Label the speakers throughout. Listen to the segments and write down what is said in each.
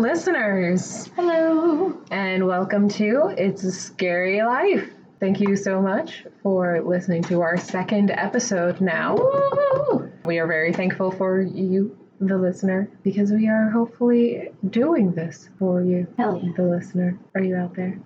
Speaker 1: listeners,
Speaker 2: Hello.
Speaker 1: and welcome to It's a Scary Life. Thank you so much for listening to our second episode now. We are very thankful for you, the listener, because we are hopefully doing this for you,
Speaker 2: Hell yeah.
Speaker 1: the listener. Are you out there?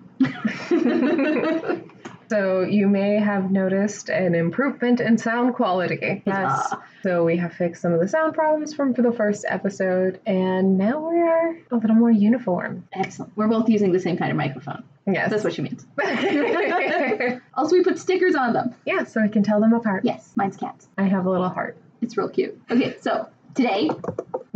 Speaker 1: so, you may have noticed an improvement in sound quality. Yes.
Speaker 2: Huzzah.
Speaker 1: So we have fixed some of the sound problems from for the first episode, and now we are a little more uniform.
Speaker 2: Excellent. We're both using the same kind of microphone.
Speaker 1: Yes.
Speaker 2: That's what she means. Also, we put stickers on them.
Speaker 1: yeah, so we can tell them apart.
Speaker 2: Yes, mine's cats.
Speaker 1: I have a little heart.
Speaker 2: It's real cute. Okay, so today,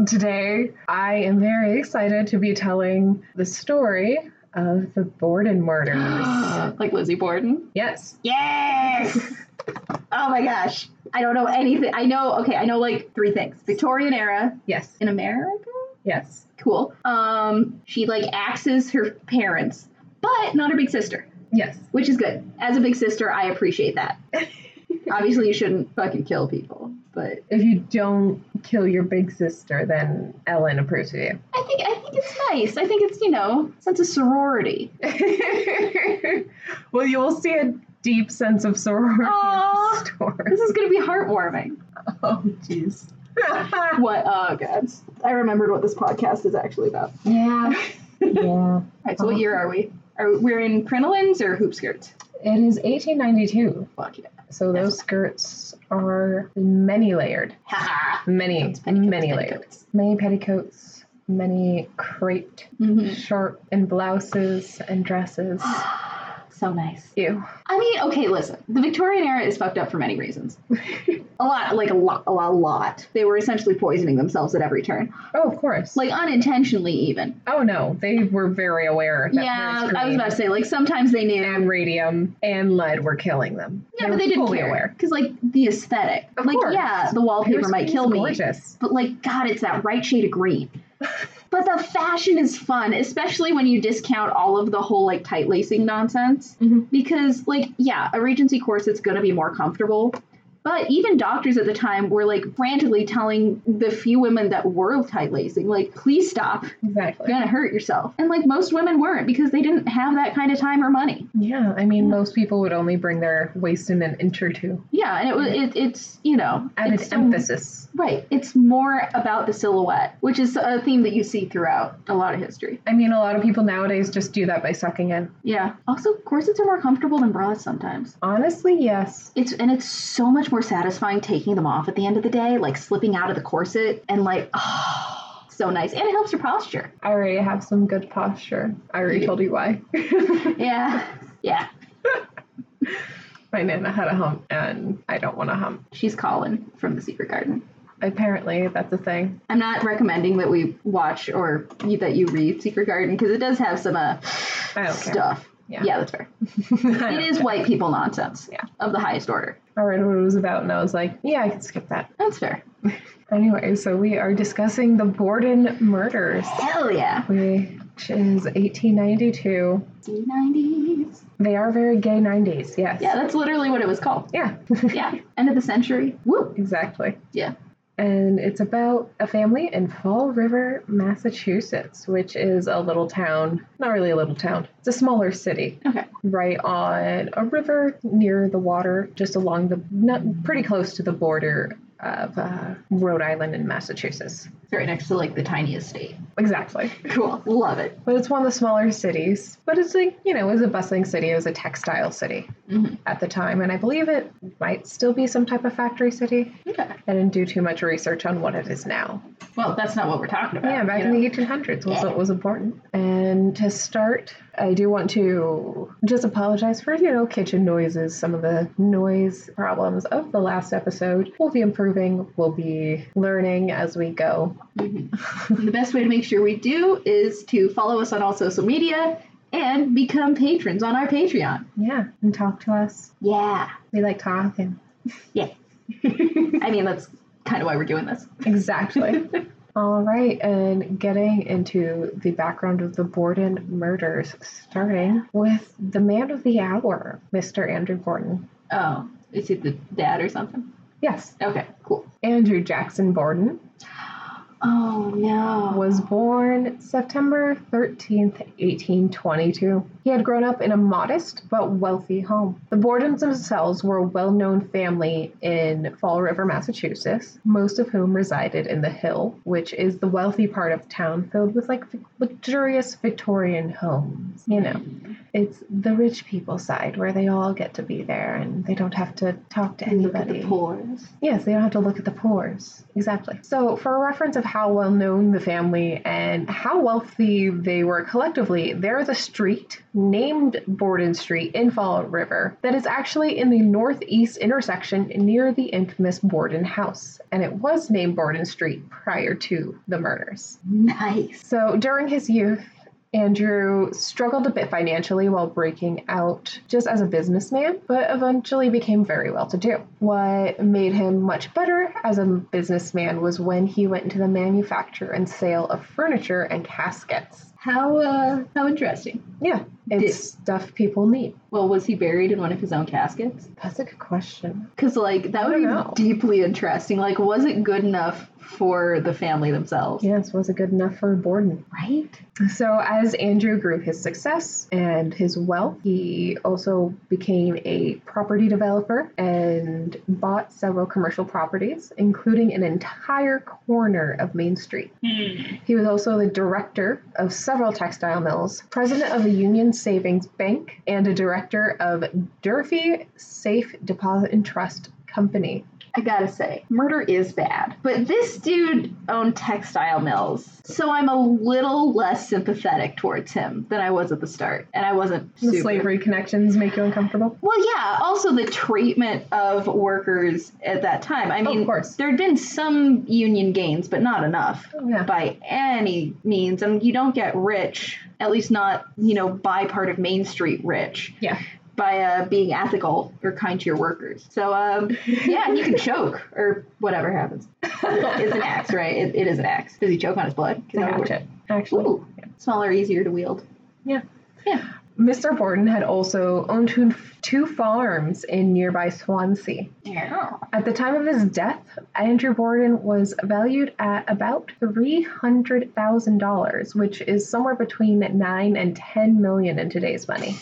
Speaker 1: Today, I am very excited to be telling the story of the Borden murders.
Speaker 2: like Lizzie Borden.
Speaker 1: yes.
Speaker 2: Yes! oh my gosh. I don't know anything. I know, okay, I know like three things Victorian era
Speaker 1: Yes.
Speaker 2: in America.
Speaker 1: Yes.
Speaker 2: Cool. Um, she like axes her parents, but not her big sister.
Speaker 1: Yes.
Speaker 2: which is good. As a big sister, I appreciate that. Obviously, you shouldn't fucking kill people, but
Speaker 1: If you don't kill your big sister, then Ellen approves of you.
Speaker 2: I think I think it's nice. I think it's you know sense of sorority.
Speaker 1: well, you will see a deep sense of sorority
Speaker 2: Aw.
Speaker 1: in the story.
Speaker 2: This is gonna be heartwarming.
Speaker 1: Oh, jeez.
Speaker 2: What? Oh god, I remembered what this podcast is actually about. All
Speaker 1: yeah. Yeah.
Speaker 2: right, so what year are we? Are we're in crinolines or hoop skirts?
Speaker 1: It is 1892.
Speaker 2: Fuck yeah.
Speaker 1: So those skirts are many layered.
Speaker 2: Ha
Speaker 1: Many, many layered. Many petticoats, many crepe
Speaker 2: hmm
Speaker 1: sharp and blouses and dresses.
Speaker 2: So nice.
Speaker 1: Ew.
Speaker 2: I mean, okay, listen. The Victorian era is fucked up for many reasons. a lot, like a lot, a lot, a lot. They were essentially poisoning themselves at every turn.
Speaker 1: Oh, of course.
Speaker 2: like unintentionally even.
Speaker 1: oh no, they were very aware that
Speaker 2: yeah,
Speaker 1: Paris
Speaker 2: I was
Speaker 1: green
Speaker 2: about to say like sometimes they knew.
Speaker 1: and radium and lead were killing them.
Speaker 2: yeah, but they
Speaker 1: were
Speaker 2: didn't
Speaker 1: fully
Speaker 2: care.
Speaker 1: aware.
Speaker 2: because like the aesthetic,
Speaker 1: Of
Speaker 2: like
Speaker 1: course.
Speaker 2: yeah, the wallpaper
Speaker 1: Paris
Speaker 2: might
Speaker 1: green's
Speaker 2: kill me,
Speaker 1: Gorgeous.
Speaker 2: but like God, it's that right shade of green. but the fashion is fun, especially when you discount all of the whole like tight lacing nonsense.
Speaker 1: Mhm.
Speaker 2: Because like yeah, a Regency corset's gonna be more comfortable. But even doctors at the time were like frantically telling the few women that were tight lacing, like, please stop.
Speaker 1: Exactly.
Speaker 2: You're gonna hurt yourself. And like most women weren't because they didn't have that kind of time or money.
Speaker 1: Yeah, I mean, most people would only bring their waist in an inch or two.
Speaker 2: Yeah, and it was it, it's you know
Speaker 1: Added
Speaker 2: it's,
Speaker 1: emphasis.
Speaker 2: right. It's more about the silhouette, which is a theme that you see throughout a lot of history.
Speaker 1: I mean, a lot of people nowadays just do that by sucking in.
Speaker 2: Yeah. Also, corsets are more comfortable than bras sometimes.
Speaker 1: Honestly, yes.
Speaker 2: It's and it's so much more satisfying taking them off at the end of the day, like slipping out of the corset and like oh, so nice, and it helps your posture.
Speaker 1: I already have some good posture. I already
Speaker 2: Yeah.
Speaker 1: told you why.
Speaker 2: Yeah. Yeah.
Speaker 1: My nana had a hump, and I don't want to hump.
Speaker 2: She's Colin from the Secret Garden.
Speaker 1: Apparently, that's a thing.
Speaker 2: I'm not recommending that we watch or you, that you read Secret Garden because it does have some uh,
Speaker 1: I don't care.
Speaker 2: stuff.
Speaker 1: Yeah.
Speaker 2: that's fair.
Speaker 1: I
Speaker 2: It
Speaker 1: don't
Speaker 2: is
Speaker 1: care.
Speaker 2: white people nonsense
Speaker 1: Yeah.
Speaker 2: of the highest order.
Speaker 1: I read what it was about, and I was like, yeah, I can skip that.
Speaker 2: That's fair.
Speaker 1: Anyway, so we are discussing the Borden murders,
Speaker 2: Hell yeah.
Speaker 1: which is 1892.
Speaker 2: D90s.
Speaker 1: They are very gay 90s, yes.
Speaker 2: Yeah, that's literally what it was called.
Speaker 1: Yeah.
Speaker 2: Yeah. End of the century. Woo.
Speaker 1: Exactly.
Speaker 2: Yeah.
Speaker 1: And it's about a family in Fall River, Massachusetts, which is a little town. Not really a little town, it's a smaller city.
Speaker 2: Okay.
Speaker 1: Right on a river near the water, just along the, not, pretty close to the border of uh, Rhode Island and Massachusetts.
Speaker 2: It's right next to like the tiniest state.
Speaker 1: Exactly.
Speaker 2: Cool. Love it.
Speaker 1: But it's one of the smaller cities. But it's like, you know, it was a bustling city, it was a textile city
Speaker 2: Mhm.
Speaker 1: at the time. And I believe it might still be some type of factory city.
Speaker 2: Okay.
Speaker 1: I didn't do too much research on what it is now.
Speaker 2: Well, that's not what we're talking about.
Speaker 1: Yeah, back
Speaker 2: you
Speaker 1: in
Speaker 2: know?
Speaker 1: the 1800s was
Speaker 2: Yeah.
Speaker 1: what was important. And to start, I do want to just apologize for, you know, kitchen noises, some of the noise problems of the last episode. We'll be improving, we'll be learning as we go.
Speaker 2: Mhm. the best way to make sure we do is to follow us on all social media and become patrons on our Patreon.
Speaker 1: Yeah, and talk to us.
Speaker 2: Yeah.
Speaker 1: We like talking.
Speaker 2: Yeah. I mean, that's kind of why we're doing this.
Speaker 1: Exactly. All right, and getting into the background of the Borden murders, starting with the man of the hour, Mr. Andrew Borden.
Speaker 2: Oh, is it the dad or something?
Speaker 1: Yes,
Speaker 2: Okay, cool.
Speaker 1: Andrew Jackson Borden.
Speaker 2: Oh no.
Speaker 1: was born September 13th, 1822. He had grown up in a modest but wealthy home. The Bordens themselves were a well known family in Fall River, Massachusetts, most of whom resided in the Hill, which is the wealthy part of town filled with like luxurious Victorian homes. You know, it's the rich people side where they all get to be there and they don't have to talk to
Speaker 2: Look at
Speaker 1: anybody.
Speaker 2: the pores.
Speaker 1: Yes, they don't have to look at the pores. Exactly. So, for a reference of how well known the family and how wealthy they were collectively, there is a street named Borden Street in Fall River that is actually in the northeast intersection near the infamous Borden House, and it was named Borden Street prior to the murders.
Speaker 2: Nice.
Speaker 1: So during his youth, Andrew struggled a bit financially while breaking out just as a businessman, but eventually became very well to do. What made him much better as a businessman was when he went into the manufacture and sale of furniture and caskets.
Speaker 2: How uh how interesting.
Speaker 1: Yeah, it's
Speaker 2: Did-
Speaker 1: stuff people need.
Speaker 2: Well, was he buried in one of his own caskets?
Speaker 1: That's a good question.
Speaker 2: Because, like, that would
Speaker 1: don't
Speaker 2: be
Speaker 1: know.
Speaker 2: deeply interesting. Like, was it good enough for the family themselves?
Speaker 1: Yes, was it good enough for Borden?
Speaker 2: Right?
Speaker 1: So, as Andrew grew his success and his wealth, he also became a property developer and bought several commercial properties, including an entire corner of Main Street. He was also the director of several textile mills, president of the Union Savings Bank, and a director of Durfee Safe Deposit and Trust Company.
Speaker 2: I gotta say, murder is bad. But this dude owned textile mills. So I'm a little less sympathetic towards him than I was at the start. And I wasn't
Speaker 1: The
Speaker 2: super.
Speaker 1: slavery connections make you uncomfortable?
Speaker 2: Well, yeah. Also, the treatment of workers at that time. I mean,
Speaker 1: course.
Speaker 2: there had been some union gains, but not enough.
Speaker 1: Yeah.
Speaker 2: by any means. I mean, you don't get rich, at least not, you know, by part of Main Street rich,
Speaker 1: Yeah.
Speaker 2: by uh, being ethical or kind to your workers. So, um, yeah, he can choke or whatever happens. It's an axe, right? It, it is an axe. Does he choke on his blood? 'Cause
Speaker 1: It's a
Speaker 2: that would work.
Speaker 1: hatchet, actually.
Speaker 2: Ooh, smaller, easier to wield.
Speaker 1: Mr. Borden had also owned two, two farms in nearby Swansea.
Speaker 2: Yeah.
Speaker 1: At the time of his death, Andrew Borden was valued at about $300,000, which is somewhere between 9 and 10 million in today's money.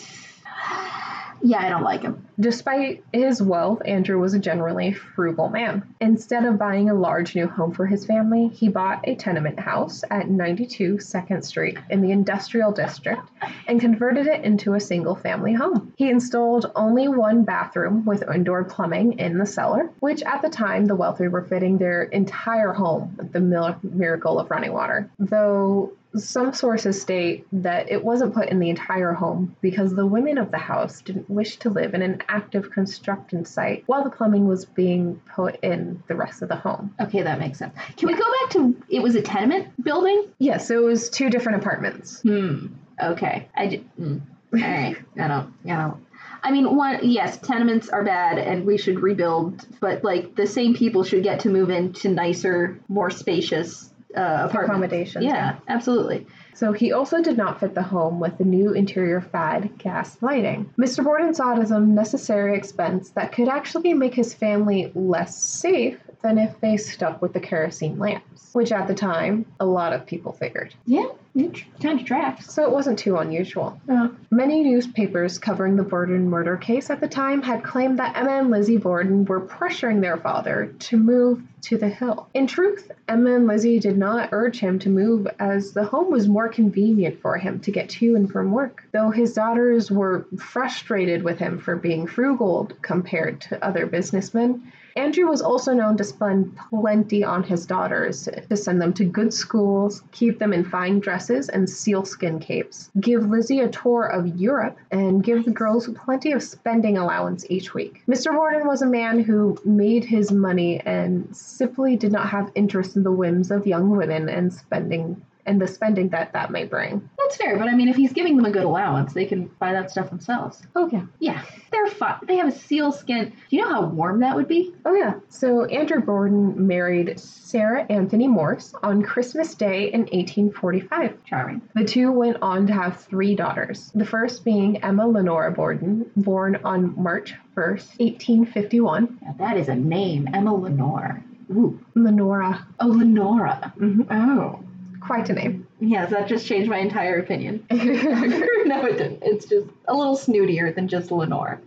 Speaker 2: Yeah, I don't like him.
Speaker 1: Despite his wealth, Andrew was a generally frugal man. Instead of buying a large new home for his family, he bought a tenement house at 92 2nd Street in the industrial district and converted it into a single family home. He installed only one bathroom with indoor plumbing in the cellar, which at the time the wealthy were fitting their entire home with the mil- miracle of running water. Though some sources state that it wasn't put in the entire home because the women of the house didn't wish to live in an active construction site while the plumbing was being put in the rest of the home.
Speaker 2: Okay, that makes sense. Can we go back to it was a tenement building?
Speaker 1: Yes, so it was two different apartments.
Speaker 2: Hmm. Okay. I j- mm. All right. I don't. I don't. I mean, one. Yes, tenements are bad, and we should rebuild. But like, the same people should get to move into nicer, more spacious uh, apartments.
Speaker 1: Accommodations.
Speaker 2: Yeah, absolutely.
Speaker 1: So he also did not fit the home with the new interior fad, gas lighting. Mr. Borden saw it as a necessary expense that could actually make his family less safe than if they stuck with the kerosene lamps, which at the time a lot of people figured.
Speaker 2: Yeah, it kind of tracks.
Speaker 1: So it wasn't too unusual.
Speaker 2: Oh.
Speaker 1: Many newspapers covering the Borden murder case at the time had claimed that Emma and Lizzie Borden were pressuring their father to move to the hill. In truth, Emma and Lizzie did not urge him to move as the home was more convenient for him to get to and from work, though his daughters were frustrated with him for being frugal compared to other businessmen. Andrew was also known to spend plenty on his daughters to send them to good schools, keep them in fine dresses and sealskin capes, give Lizzie a tour of Europe, and give the girls plenty of spending allowance each week. Mr. Borden was a man who made his money and simply did not have interest in the whims of young women and spending and the spending that that may bring.
Speaker 2: That's fair, but I mean, if he's giving them a good allowance, they can buy that stuff themselves.
Speaker 1: Oh yeah.
Speaker 2: Yeah, they're fine. They have a seal skin. Do you know how warm that would be?
Speaker 1: Oh, yeah. So Andrew Borden married Sarah Anthony Morse on Christmas Day in 1845.
Speaker 2: Charming.
Speaker 1: The two went on to have three daughters, the first being Emma Lenora Borden, born on March 1st, 1851.
Speaker 2: Now, that is a name, Emma Lenore. Ooh.
Speaker 1: Lenora.
Speaker 2: Oh, Lenora.
Speaker 1: Mhm.
Speaker 2: Oh.
Speaker 1: Quite a name.
Speaker 2: Yeah, that just changed my entire opinion. no, it didn't. It's just a little snootier than just Lenore.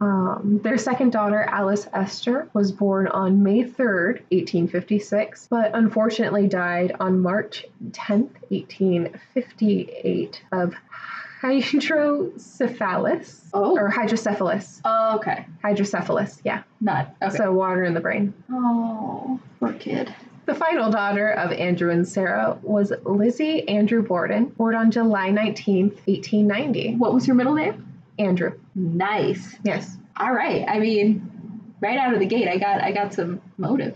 Speaker 1: Um, their second daughter, Alice Esther, was born on May 3rd, 1856, but unfortunately died on March 10th, 1858, of hydrocephalus.
Speaker 2: Oh.
Speaker 1: Or hydrocephalus.
Speaker 2: Oh, okay.
Speaker 1: Hydrocephalus, yeah.
Speaker 2: Not. Okay.
Speaker 1: So water in the brain.
Speaker 2: oh, poor kid.
Speaker 1: The final daughter of Andrew and Sarah was Lizzie Andrew Borden, born on July 19th, 1890.
Speaker 2: What was your middle name?
Speaker 1: Andrew,
Speaker 2: Nice.
Speaker 1: yes.
Speaker 2: All right. I mean, right out of the gate, I got I got some motive.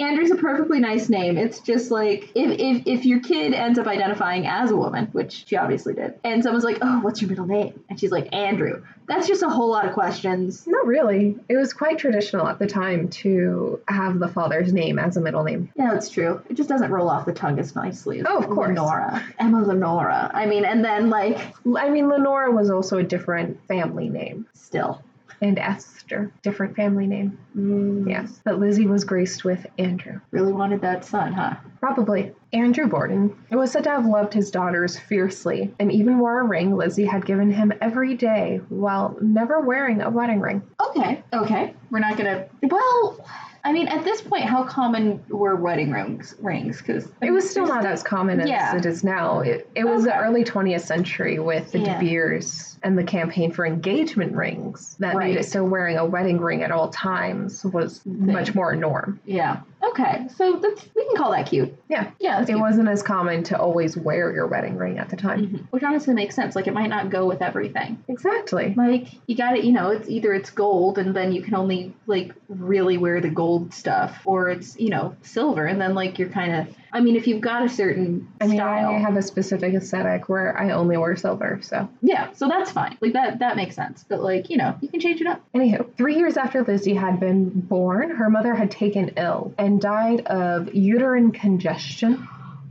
Speaker 2: Andrew's a perfectly nice name. It's just like if, if if your kid ends up identifying as a woman, which she obviously did, and someone's like, "Oh, what's your middle name?" and she's like, "Andrew." That's just a whole lot of questions.
Speaker 1: Not really. It was quite traditional at the time to have the father's name as a middle name.
Speaker 2: Yeah, that's true. It just doesn't roll off the tongue as nicely as
Speaker 1: Oh, of course.
Speaker 2: Lenora, Emma Lenora. I mean, and then like
Speaker 1: I mean, Lenora was also a different family name,
Speaker 2: still,
Speaker 1: and Esther, different family name.
Speaker 2: mm,
Speaker 1: Yes. But Lizzie was graced with Andrew.
Speaker 2: really wanted that son, huh?
Speaker 1: Probably. Andrew Borden was said to have loved his daughters fiercely and even wore a ring Lizzie had given him every day while never wearing a wedding ring.
Speaker 2: Okay, okay. We're not gonna. Well, I mean, at this point, how common were wedding rings? Rings, because
Speaker 1: It was still not as common as
Speaker 2: Yeah.
Speaker 1: it is now. It, it was the
Speaker 2: Okay.
Speaker 1: early 20th century with the
Speaker 2: Yeah.
Speaker 1: De Beers and the campaign for engagement rings that made
Speaker 2: Right.
Speaker 1: it so wearing a wedding ring at all times was much more a norm.
Speaker 2: Yeah. Okay. So that's we can call that cute.
Speaker 1: Yeah.
Speaker 2: Yeah. That's
Speaker 1: It
Speaker 2: cute.
Speaker 1: wasn't as common to always wear your wedding ring at the time.
Speaker 2: Mhm. Which honestly makes sense. Like it might not go with everything.
Speaker 1: Exactly.
Speaker 2: Like you got to You know, it's either it's gold and then you can only like really wear the gold stuff, or it's you know silver and then like you're kind of. I mean, if you've got a certain
Speaker 1: I mean,
Speaker 2: style.
Speaker 1: I have a specific aesthetic where I only wear silver, so.
Speaker 2: yeah. So that's fine. Like that. That makes sense. But like you know, you can change it up.
Speaker 1: Anywho, three years after Lizzie had been born, her mother had taken ill and died of uterine congestion,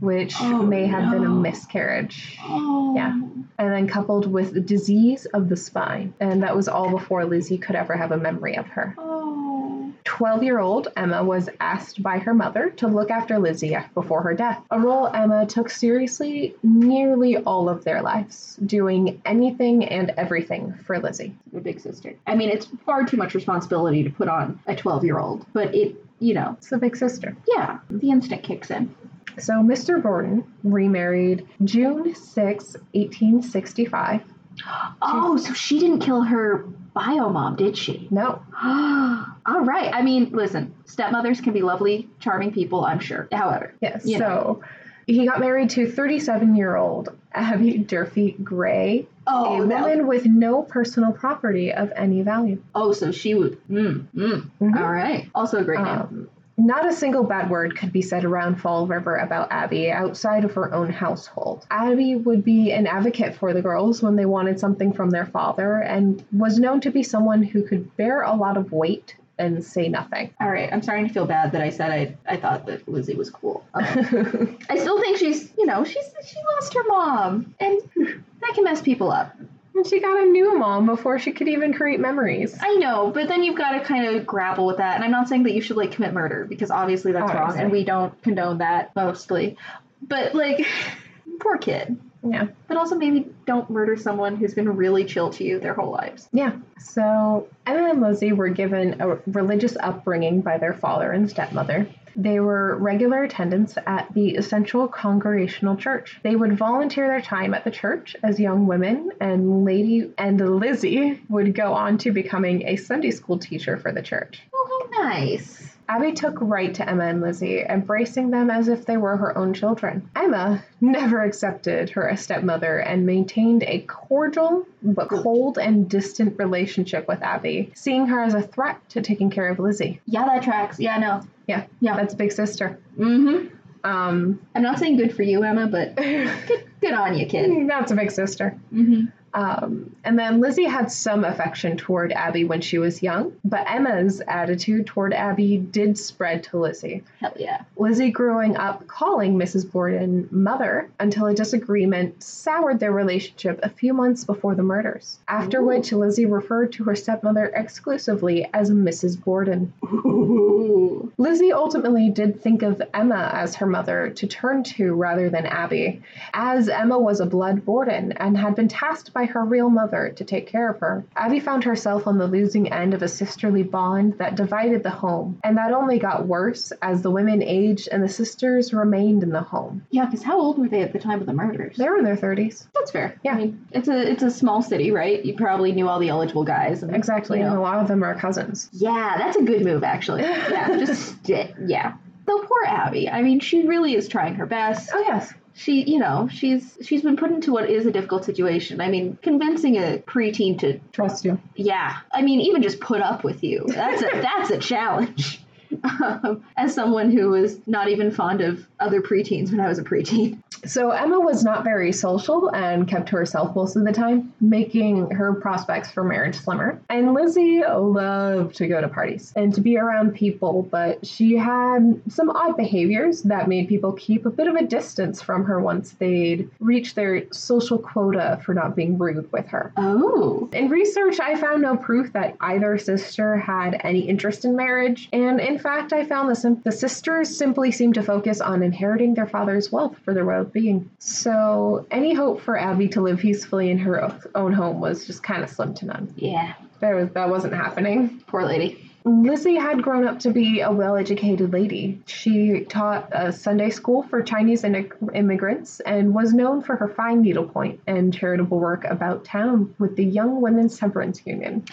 Speaker 1: which
Speaker 2: Oh,
Speaker 1: may have been a
Speaker 2: no.
Speaker 1: miscarriage,
Speaker 2: Oh.
Speaker 1: Yeah. and then coupled with disease of the spine. And that was all before Lizzie could ever have a memory of her.
Speaker 2: Oh.
Speaker 1: 12 year old Emma was asked by her mother to look after Lizzie before her death, a role Emma took seriously nearly all of their lives, doing anything and everything for Lizzie.
Speaker 2: a big sister. I mean, it's far too much responsibility to put on a 12 year old, but it, you know,
Speaker 1: It's the big sister.
Speaker 2: yeah, the instinct kicks in.
Speaker 1: So Mr. Borden remarried June 6, 1865.
Speaker 2: Oh, so she didn't kill her bio mom, did she?
Speaker 1: No,
Speaker 2: All right. I mean, listen, stepmothers can be lovely, charming people, I'm sure. However,
Speaker 1: yes.
Speaker 2: Yeah.
Speaker 1: So he got married to 37-year-old Abby Durfee Gray,
Speaker 2: oh,
Speaker 1: a
Speaker 2: that-
Speaker 1: woman with no personal property of any value.
Speaker 2: oh, so she would. Mm, mm.
Speaker 1: Mhm.
Speaker 2: All right. Also a great name.
Speaker 1: Um, not a single bad word could be said around Fall River about Abby outside of her own household. Abby would be an advocate for the girls when they wanted something from their father and was known to be someone who could bear a lot of weight and say nothing.
Speaker 2: All right. I'm starting to feel bad that I said I, I thought that Lizzie was cool. Um, I still think she's, you know, she's she lost her mom, and that can mess people up.
Speaker 1: And she got a new mom before she could even create memories.
Speaker 2: I know, but then you've got to kind of grapple with that. And I'm not saying that you should like commit murder because obviously that's wrong,
Speaker 1: Obviously.
Speaker 2: and we don't condone that mostly. But like, poor kid.
Speaker 1: Yeah.
Speaker 2: But also maybe don't murder someone who's been really chill to you their whole lives.
Speaker 1: Yeah. So Emma and Lizzie were given a religious upbringing by their father and stepmother. They were regular attendants at the Essential Congregational Church. They would volunteer their time at the church as young women, and Lady and Lizzie would go on to becoming a Sunday school teacher for the church.
Speaker 2: Oh, how nice.
Speaker 1: Abby took right to Emma and Lizzie, embracing them as if they were her own children. Emma never accepted her stepmother and maintained a cordial but cold and distant relationship with Abby, seeing her as a threat to taking care of Lizzie.
Speaker 2: Yeah, that tracks. Yeah, no.
Speaker 1: Yeah,
Speaker 2: Yeah.
Speaker 1: that's big sister.
Speaker 2: Mm-hmm.
Speaker 1: Um,
Speaker 2: I'm not saying good for you, Emma, but
Speaker 1: that's
Speaker 2: good on you, kid.
Speaker 1: a big sister.
Speaker 2: Mm-hmm.
Speaker 1: Um, and then Lizzie had some affection toward Abby when she was young, but Emma's attitude toward Abby did spread to Lizzie.
Speaker 2: Hell yeah.
Speaker 1: Lizzie growing up calling Mrs. Borden mother until a disagreement soured their relationship a few months before the murders, after
Speaker 2: Ooh.
Speaker 1: which Lizzie referred to her stepmother exclusively as Mrs. Borden.
Speaker 2: Ooh.
Speaker 1: Lizzie ultimately did think of Emma as her mother to turn to rather than Abby, as Emma was a blood Borden and had been tasked by her real mother to take care of her. Abby found herself on the losing end of a sisterly bond that divided the home, and that only got worse as the women aged and the sisters remained in the home.
Speaker 2: Yeah, because how old were they at the time of the murders?
Speaker 1: They were in their 30s.
Speaker 2: That's fair.
Speaker 1: Yeah.
Speaker 2: I mean, it's a it's a small city, right? You probably knew all the eligible guys. and,
Speaker 1: Exactly,
Speaker 2: you know.
Speaker 1: and a lot of them are cousins.
Speaker 2: Yeah, that's a good move, actually. Yeah, just sti- yeah. So poor Abby. I mean, she really is trying her best.
Speaker 1: Oh, yes.
Speaker 2: She, you know, she's she's been put into what is a difficult situation. I mean, convincing a preteen to,
Speaker 1: Trust you.
Speaker 2: yeah. I mean, even just put up with you. That's a that's a challenge. Um, as someone who was not even fond of other preteens when I was a preteen.
Speaker 1: So Emma was not very social and kept to herself most of the time, making her prospects for marriage slimmer. And Lizzie loved to go to parties and to be around people, but she had some odd behaviors that made people keep a bit of a distance from her once they'd reached their social quota for not being rude with her.
Speaker 2: Oh,
Speaker 1: In research, I found no proof that either sister had any interest in marriage, and in fact, I found the, sim- the sisters simply seemed to focus on inheriting their father's wealth for their well being. So, any hope for Abby to live peacefully in her o- own home was just kind of slim to none.
Speaker 2: yeah.
Speaker 1: There was, that wasn't happening.
Speaker 2: Poor lady.
Speaker 1: Lizzie had grown up to be a well educated lady. She taught a Sunday school for Chinese in- immigrants and was known for her fine needlepoint and charitable work about town with the Young Women's Temperance Union.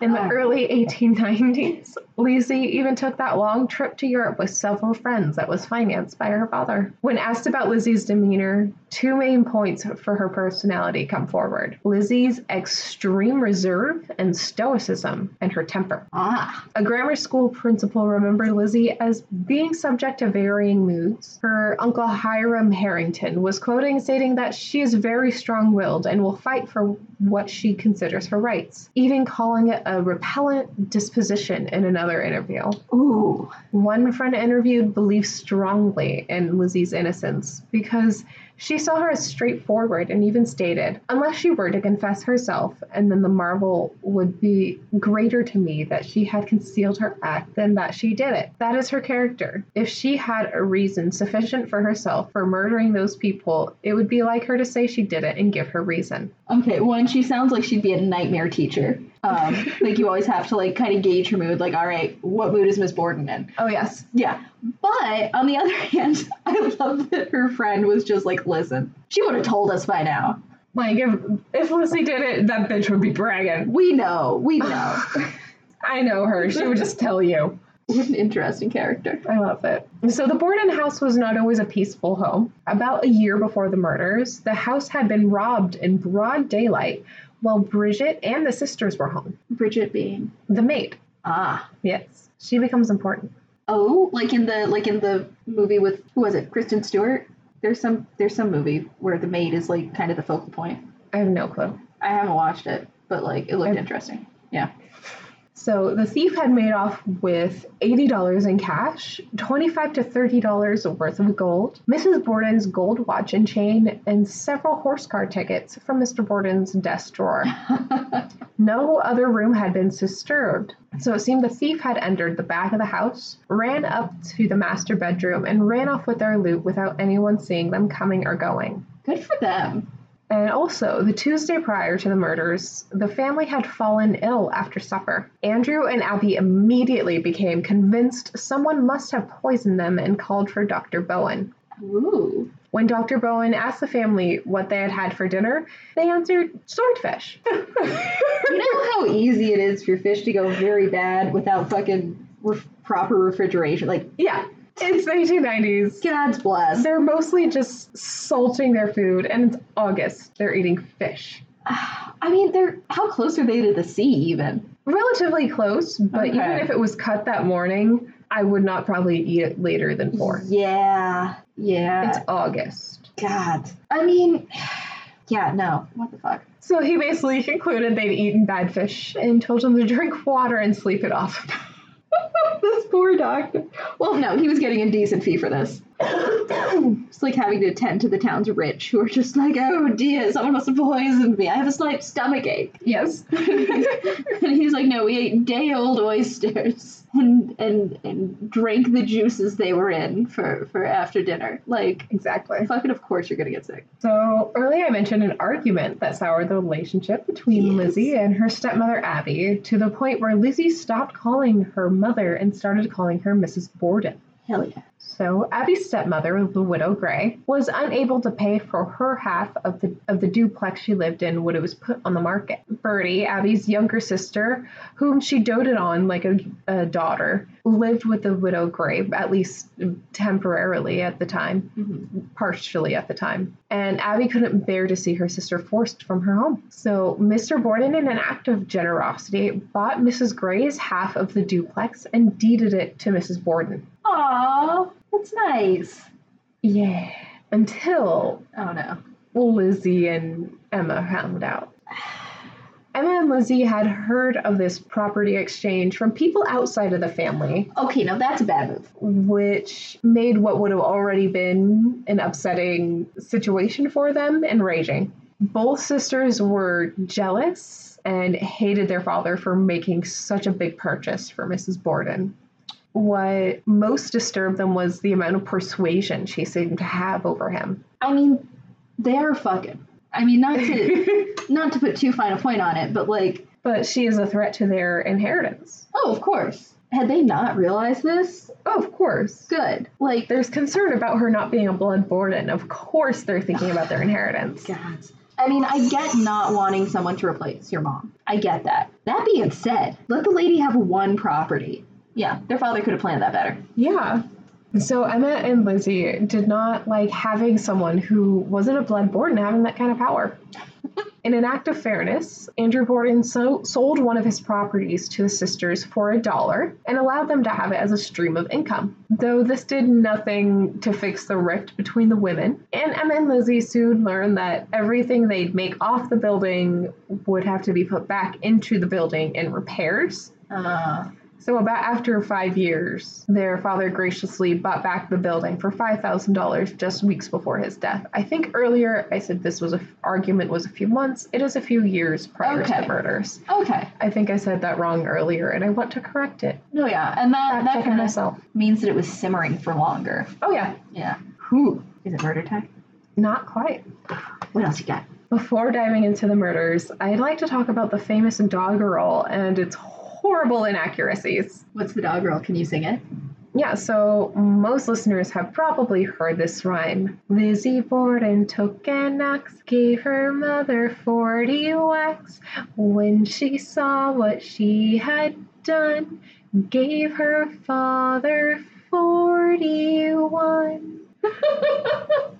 Speaker 1: In the
Speaker 2: Oh.
Speaker 1: early 1890s, Lizzie even took that long trip to Europe with several friends that was financed by her father. When asked about Lizzie's demeanor, two main points for her personality come forward Lizzie's extreme reserve and stoicism, and her temper.
Speaker 2: Ah,
Speaker 1: A grammar school principal remembered Lizzie as being subject to varying moods. Her uncle Hiram Harrington was quoting, stating that she is very strong willed and will fight for what she considers her rights, even calling it a repellent disposition in another interview.
Speaker 2: ooh,
Speaker 1: One friend interviewed believed strongly in Lizzie's innocence because she saw her as straightforward and even stated, unless she were to confess herself, and then the marvel would be greater to me that she had concealed her act than that she did it. That is her character. If she had a reason sufficient for herself for murdering those people, it would be like her to say she did it and give her reason.
Speaker 2: Okay, one, she sounds like she'd be a nightmare teacher. Um, like you always have to like kind of gauge her mood. Like, all right, what mood is Miss Borden in?
Speaker 1: Oh, yes.
Speaker 2: Yeah. But on the other hand, I love that her friend was just like, listen, she would have told us by now.
Speaker 1: Like, if, if Lizzie did it, that bitch would be bragging.
Speaker 2: We know, we know.
Speaker 1: I know her. She would just tell you.
Speaker 2: what an interesting character.
Speaker 1: I love it. So the Borden house was not always a peaceful home. About a year before the murders, the house had been robbed in broad daylight while Bridget and the sisters were home.
Speaker 2: Bridget being
Speaker 1: The maid,
Speaker 2: ah.
Speaker 1: yes, she becomes important.
Speaker 2: Oh, like in the like in the movie with who was it? Kristen Stewart? There's some there's some movie where the maid is like kind of the focal point.
Speaker 1: I have no clue.
Speaker 2: I haven't watched it, but like it looked
Speaker 1: I've-
Speaker 2: interesting. Yeah.
Speaker 1: So the thief had made off with $80 in cash, $25 to $30 worth of gold, Mrs. Borden's gold watch and chain, and several horse car tickets from Mr. Borden's desk drawer. No other room had been disturbed, so it seemed the thief had entered the back of the house, ran up to the master bedroom, and ran off with their loot without anyone seeing them coming or going.
Speaker 2: Good for them.
Speaker 1: And also, the Tuesday prior to the murders, the family had fallen ill after supper. Andrew and Abby immediately became convinced someone must have poisoned them and called for Dr. Bowen.
Speaker 2: Ooh.
Speaker 1: When Dr. Bowen asked the family what they had had for dinner, they answered swordfish.
Speaker 2: You know how easy it is for fish to go very bad without fucking ref- proper refrigeration? Like,
Speaker 1: yeah, it's the 1890s.
Speaker 2: God's bless.
Speaker 1: They're mostly just salting their food, and it's August. They're eating fish.
Speaker 2: I mean, they're how close are they to the sea even?
Speaker 1: Relatively close, but
Speaker 2: Okay.
Speaker 1: even if it was cut that morning, I would not probably eat it later than four.
Speaker 2: Yeah. Yeah.
Speaker 1: It's August.
Speaker 2: God. I mean, yeah, no. What the fuck?
Speaker 1: So he basically concluded they'd eaten bad fish and told them to drink water and sleep it off.
Speaker 2: this poor doctor. Well, no, he was getting a decent fee for this. it's like having to attend to the town's rich who are just like, oh dear, someone must have poisoned me. I have a slight stomach ache.
Speaker 1: yes.
Speaker 2: and he's like, no, we ate day old oysters and, and and drank the juices they were in for, for after dinner. Like,
Speaker 1: exactly.
Speaker 2: fucking of course you're gonna get sick.
Speaker 1: So earlier I mentioned an argument that soured the relationship between
Speaker 2: Yes.
Speaker 1: Lizzie and her stepmother Abby to the point where Lizzie stopped calling her mother and started calling her Mrs. Borden.
Speaker 2: Hell yeah.
Speaker 1: So Abby's stepmother, the widow Gray, was unable to pay for her half of the of the duplex she lived in when it was put on the market. Bertie, Abby's younger sister, whom she doted on like a, a daughter, lived with the widow Gray at least temporarily at the time
Speaker 2: hmm
Speaker 1: partially at the time. And Abby couldn't bear to see her sister forced from her home. So Mr. Borden, in an act of generosity, bought Mrs. Gray's half of the duplex and deeded it to Mrs. Borden.
Speaker 2: Aww, that's nice.
Speaker 1: Yeah. Until
Speaker 2: Oh no.
Speaker 1: Lizzie and Emma found out. Emma and Lizzie had heard of this property exchange from people outside of the family,
Speaker 2: Okay, now that's a bad move.
Speaker 1: which made what would have already been an upsetting situation for them enraging. Both sisters were jealous and hated their father for making such a big purchase for Mrs. Borden. What most disturbed them was the amount of persuasion she seemed to have over him.
Speaker 2: I mean, they're fucking. I mean, not to not to put too fine a point on it, but like,
Speaker 1: but she is a threat to their inheritance.
Speaker 2: oh, of course. Had they not realized this?
Speaker 1: Oh, of course.
Speaker 2: Good. Like,
Speaker 1: There's concern about her not being a blood Borden. Of course, they're thinking about their inheritance.
Speaker 2: God. I mean, I get not wanting someone to replace your mom. I get that. That being said, let the lady have one property. Yeah, their father could have planned that better.
Speaker 1: Yeah. So Emma and Lizzie did not like having someone who wasn't a blood Borden having that kind of power. In an act of fairness, Andrew Borden so- sold one of his properties to the sisters for a dollar and allowed them to have it as a stream of income. Though this did nothing to fix the rift between the women, and Emma and Lizzie soon learned that everything they'd make off the building would have to be put back into the building in repairs
Speaker 2: Uh,
Speaker 1: so about after five years, their father graciously bought back the building for five thousand dollars just weeks before his death. I think earlier I said this was a f- argument was a few months. It is a few years prior to
Speaker 2: Okay.
Speaker 1: the murders.
Speaker 2: okay.
Speaker 1: I think I said that wrong earlier, and I want to correct it.
Speaker 2: No, yeah. And that,
Speaker 1: Fact
Speaker 2: that
Speaker 1: checking
Speaker 2: kind of
Speaker 1: myself.
Speaker 2: means that it was simmering for longer.
Speaker 1: Oh yeah,
Speaker 2: Yeah. Who? Is it murder time?
Speaker 1: not quite.
Speaker 2: What else you got?
Speaker 1: Before diving into the murders, I'd like to talk about the famous doggerel and its horrible inaccuracies.
Speaker 2: What's the dog roll? Can you sing it?
Speaker 1: Yeah, so most listeners have probably heard this rhyme. Lizzie Borden took an ox, gave her mother 40 whacks. When she saw what she had done, gave her father 41.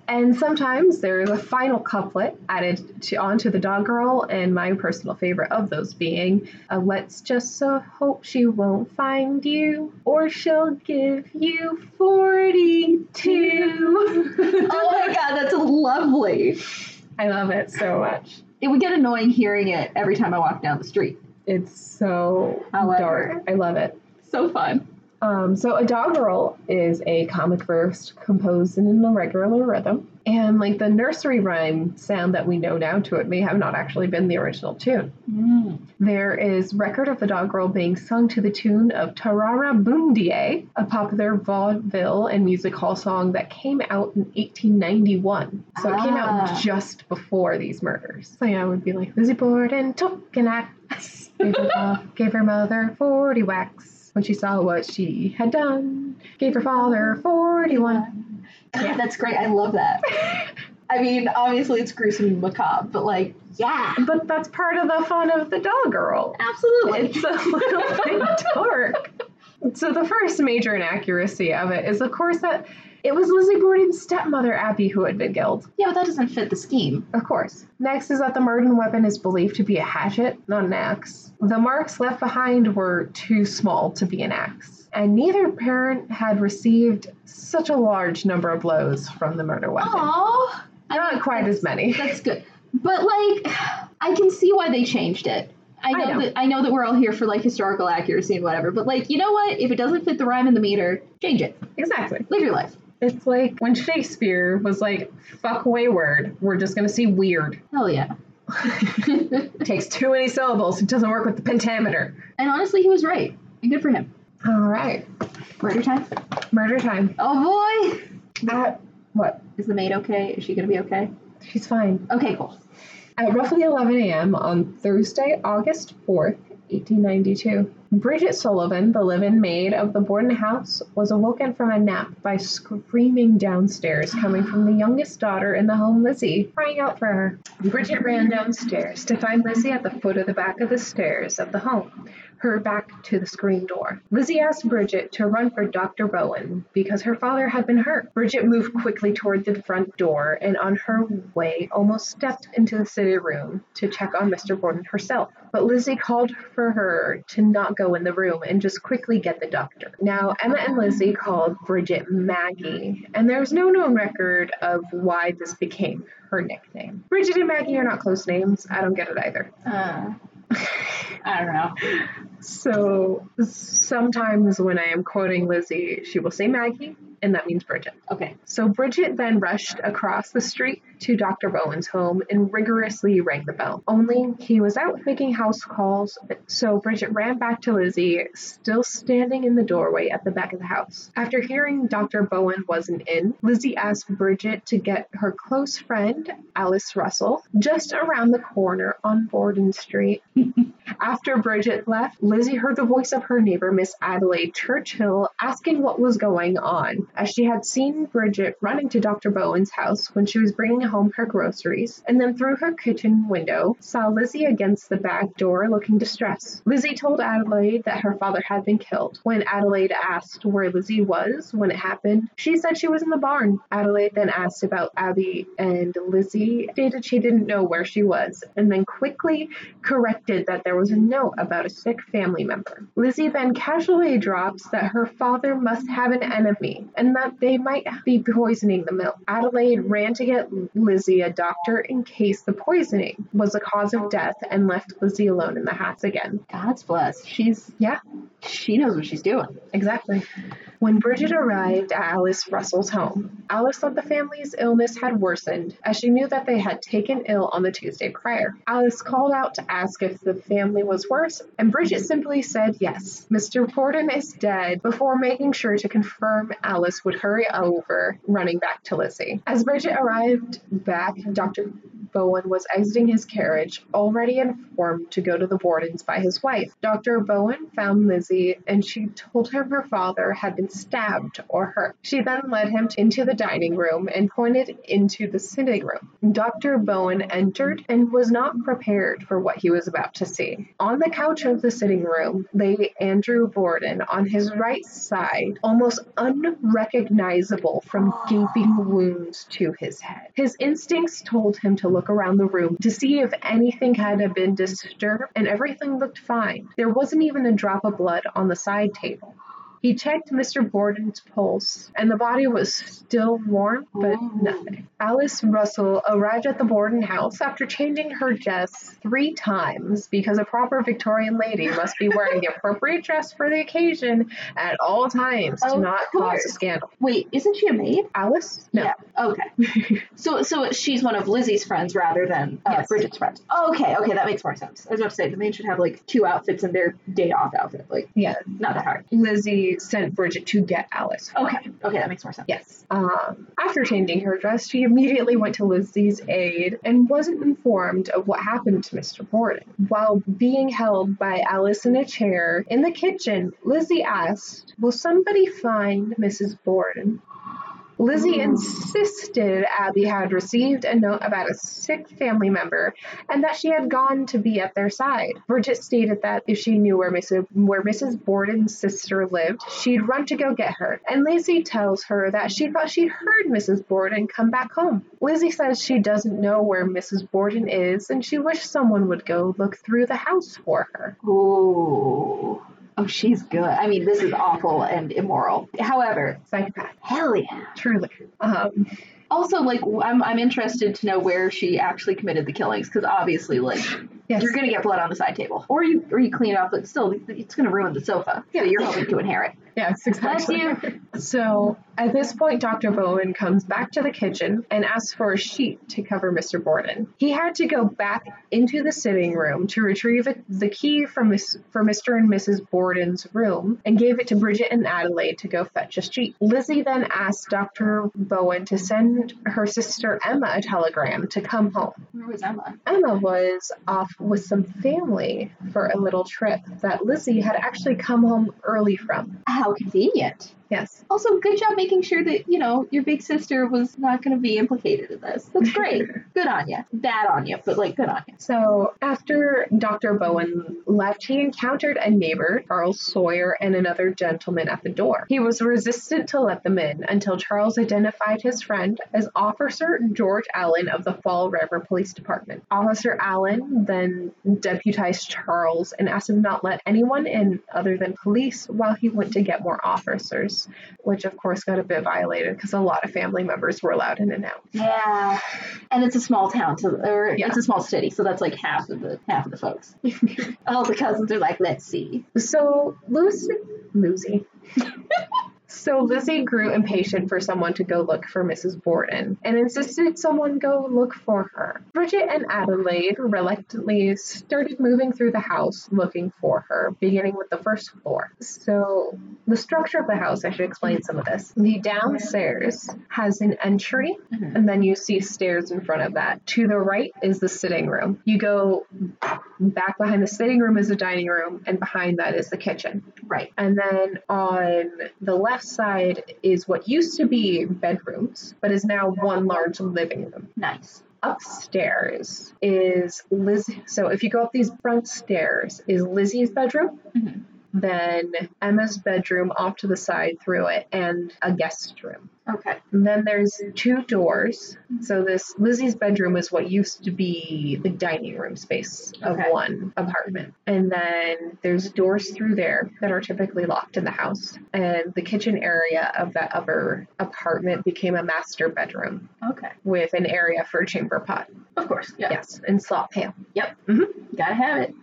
Speaker 1: and sometimes there is a final couplet added to, onto the doggerel, and my personal favorite of those being uh, let's just so hope she won't find you, or she'll give you 42.
Speaker 2: oh my god, that's lovely.
Speaker 1: I love it so much.
Speaker 2: It would get annoying hearing it every time I walk down the street.
Speaker 1: It's so
Speaker 2: However.
Speaker 1: dark. I love it.
Speaker 2: So fun.
Speaker 1: Um, so a doggerel is a comic verse composed in an irregular rhythm, and like the nursery rhyme sound that we know now to it may have not actually been the original tune.
Speaker 2: Mm.
Speaker 1: There is record of the doggerel being sung to the tune of Tarara Boomdie, a popular vaudeville and music hall song that came out in 1891. So it came
Speaker 2: Ah.
Speaker 1: out just before these murders. So yeah, it would be like Lizzie Borden took an axe, gave her, pa- gave her mother 40 whacks when she saw what she had done, gave her father 41.
Speaker 2: God,
Speaker 1: Yeah.
Speaker 2: That's great. I love that. I mean, obviously it's gruesome and macabre, but like, yeah,
Speaker 1: But that's part of the fun of the doggerel.
Speaker 2: absolutely.
Speaker 1: It's a little bit dark. So the first major inaccuracy of it is, of course, that it was Lizzie Borden's stepmother Abby who had been killed.
Speaker 2: yeah, but that doesn't fit the scheme.
Speaker 1: Of course. Next is that the murder weapon is believed to be a hatchet, not an axe. The marks left behind were too small to be an axe, and neither parent had received such a large number of blows from the murder weapon.
Speaker 2: Aww.
Speaker 1: Not quite as many.
Speaker 2: That's good. But like, I can see why they changed it. I know,
Speaker 1: I know.
Speaker 2: that I know that we're all here for like historical accuracy and whatever, but like, you know what? If it doesn't fit the rhyme and the meter, change it.
Speaker 1: Exactly.
Speaker 2: Live your life.
Speaker 1: It's like when Shakespeare was like, fuck wayward, we're just gonna see weird.
Speaker 2: Hell yeah. and
Speaker 1: It takes too many syllables, it doesn't work with the pentameter.
Speaker 2: honestly, he was right. And good for him.
Speaker 1: All right,
Speaker 2: Murder time.
Speaker 1: murder time.
Speaker 2: Oh boy.
Speaker 1: At what?
Speaker 2: Is the maid okay? Is she gonna be okay?
Speaker 1: She's fine.
Speaker 2: Okay, cool.
Speaker 1: At roughly 11 a.m. on Thursday, August 4th, 1892, Bridget Sullivan, the live-in maid of the Borden house, was awoken from a nap by screaming downstairs coming from the youngest daughter in the home, Lizzie, crying out for her. Bridget ran downstairs to find Lizzie at the foot of the back of the stairs of the home, her back to the screen door. Lizzie asked Bridget to run for Dr. Bowen because her father had been hurt. Bridget moved quickly toward the front door and on her way almost stepped into the city room to check on Mr. Borden herself. But Lizzie called for her to not go in the room and just quickly get the doctor. Now, Emma and Lizzie called Bridget Maggie, and there's no known record of why this became her nickname. Bridget and Maggie are not close names. I don't get it either.
Speaker 2: Uh, I don't know.
Speaker 1: So sometimes when I am quoting Lizzie, she will say Maggie, and that means Bridget.
Speaker 2: Okay.
Speaker 1: So Bridget then rushed across the street to Dr. Bowen's home and rigorously rang the bell. Only he was out making house calls, so Bridget ran back to Lizzie, still standing in the doorway at the back of the house. After hearing Dr. Bowen wasn't in, Lizzie asked Bridget to get her close friend, Alice Russell, just around the corner on Borden Street. After Bridget left, Lizzie heard the voice of her neighbor, Miss Adelaide Churchill, asking what was going on, as she had seen Bridget running to Dr. Bowen's house when she was bringing home her groceries, and then through her kitchen window saw Lizzie against the back door looking distressed. Lizzie told Adelaide that her father had been killed. When Adelaide asked where Lizzie was when it happened, she said she was in the barn. Adelaide then asked about Abby and Lizzie, stated she didn't know where she was, and then quickly corrected that there was a note about a sick family member. Lizzie then casually drops that her father must have an enemy and that they might be poisoning the milk. Adelaide ran to get Lizzie a doctor in case the poisoning was a cause of death and left Lizzie alone in the house again.
Speaker 2: God's bless. She's
Speaker 1: Yeah,
Speaker 2: she knows what she's doing.
Speaker 1: exactly. When Bridget arrived at Alice Russell's home, Alice thought the family's illness had worsened, as she knew that they had taken ill on the Tuesday prior. Alice called out to ask if the family was worse, and Bridget simply said yes. Mr. Borden is dead before making sure to confirm Alice would hurry over, running back to Lizzie. As Bridget arrived back, Dr. Bowen was exiting his carriage, already informed to go to the Bordens by his wife. Dr. Bowen found Lizzie and she told him her father had been stabbed or hurt. She then led him into the dining room and pointed into the sitting room. Dr. Bowen entered and was not prepared for what he was about to see. On the couch of the sitting room lay Andrew Borden on his right side, almost unrecognizable from gaping wounds to his head. His instincts told him to look around the room to see if anything had been disturbed, and everything looked fine. There wasn't even a drop of blood on the side table. He checked Mr. Borden's pulse, and the body was still warm, but
Speaker 2: Ooh.
Speaker 1: nothing. Alice Russell arrived at the Borden house after changing her dress three times because a proper Victorian lady must be wearing the appropriate dress for the occasion at all times to
Speaker 2: Of
Speaker 1: not cause a
Speaker 2: course.
Speaker 1: scandal.
Speaker 2: Wait, isn't she a maid?
Speaker 1: Alice? No.
Speaker 2: Yeah. Okay. so so she's one of Lizzie's friends rather than uh,
Speaker 1: Yes.
Speaker 2: Bridget's friends. Okay. Okay, that makes more sense. I was about to say the maid should have like two outfits in their day off outfit. Like
Speaker 1: yeah.
Speaker 2: not that hard.
Speaker 1: Lizzie sent Bridget to get Alice.
Speaker 2: Okay. Okay, that makes more sense.
Speaker 1: Yes. Um, after changing her dress, she immediately went to Lizzie's aid and wasn't informed of what happened to Mr. Borden. While being held by Alice in a chair in the kitchen, Lizzie asked, Will somebody find Mrs. Borden? Lizzie
Speaker 2: Mm.
Speaker 1: insisted Abby had received a note about a sick family member and that she had gone to be at their side. Bridget stated that if she knew where Mrs. where Mrs. Borden's sister lived, she'd run to go get her. And Lizzie tells her that she thought she heard Mrs. Borden come back home. Lizzie says she doesn't know where Mrs. Borden is and she wished someone would go look through the house for her.
Speaker 2: Ooh. Oh, she's good. I mean, this is awful and immoral. However,
Speaker 1: Psychopath,
Speaker 2: hell yeah.
Speaker 1: truly. Um,
Speaker 2: Also, like, I'm, I'm interested to know where she actually committed the killings because obviously, like,
Speaker 1: Yes.
Speaker 2: you're gonna get blood on the side table, or you or you clean it off, but still, it's gonna ruin the sofa
Speaker 1: Yeah.
Speaker 2: that you're hoping to inherit.
Speaker 1: Yes,
Speaker 2: Bless
Speaker 1: exactly.
Speaker 2: you.
Speaker 1: So at this point, Dr. Bowen comes back to the kitchen and asks for a sheet to cover Mr. Borden. He had to go back into the sitting room to retrieve a, the key from Miss, for Mr. and Mrs. Borden's room and gave it to Bridget and Adelaide to go fetch a sheet. Lizzie then asked Dr. Bowen to send her sister Emma a telegram to come home.
Speaker 2: Where was Emma?
Speaker 1: Emma was off with some family for a little trip that Lizzie had actually come home early from.
Speaker 2: How convenient.
Speaker 1: Yes.
Speaker 2: Also, good job making sure that you know your big sister was not gonna be implicated in this. That's great. good on you. Bad on you, but like good on you.
Speaker 1: So after Dr. Bowen left, he encountered a neighbor, Charles Sawyer, and another gentleman at the door. He was resistant to let them in until Charles identified his friend as Officer George Allen of the Fall River Police Department. Officer Allen then deputized Charles and asked him to not let anyone in other than police while he went to get more officers, which of course got a bit violated because a lot of family members were allowed in and out.
Speaker 2: Yeah. And it's a small town, so or
Speaker 1: Yeah.
Speaker 2: it's a small city, so that's like half of the half of the folks. All the cousins are like, let's see.
Speaker 1: So Lucy, Lucy. so Lizzie grew impatient for someone to go look for Mrs. Borden and insisted someone go look for her. Bridget and Adelaide reluctantly started moving through the house looking for her, beginning with the first floor. So the structure of the house, I should explain some of this. The downstairs has an entry and then you see stairs in front of that. To the right is the sitting room. You go back behind the sitting room is the dining room, and behind that is the kitchen.
Speaker 2: Right.
Speaker 1: And then on the left side is what used to be bedrooms, but is now one large living room.
Speaker 2: Nice.
Speaker 1: Upstairs is Liz. So if you go up these front stairs, is Lizzie's bedroom.
Speaker 2: Mhm.
Speaker 1: Then Emma's bedroom off to the side through it, and a guest room.
Speaker 2: Okay.
Speaker 1: And then there's two doors. So this Lizzie's bedroom is what used to be the dining room space of
Speaker 2: Okay.
Speaker 1: one apartment. And then there's doors through there that are typically locked in the house. And the kitchen area of that upper apartment became a master bedroom
Speaker 2: Okay.
Speaker 1: with an area for chamber pot.
Speaker 2: Of course. Yeah.
Speaker 1: Yes, and slot pail.
Speaker 2: Gotta have it.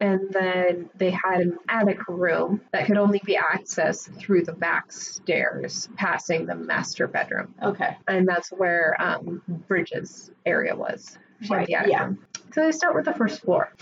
Speaker 1: And then they had an attic room that could only be accessed through the back stairs passing the master bedroom.
Speaker 2: Okay.
Speaker 1: and that's where um, Bridget's area was. She had
Speaker 2: Right,
Speaker 1: the attic
Speaker 2: yeah.
Speaker 1: room. So they start with the first floor.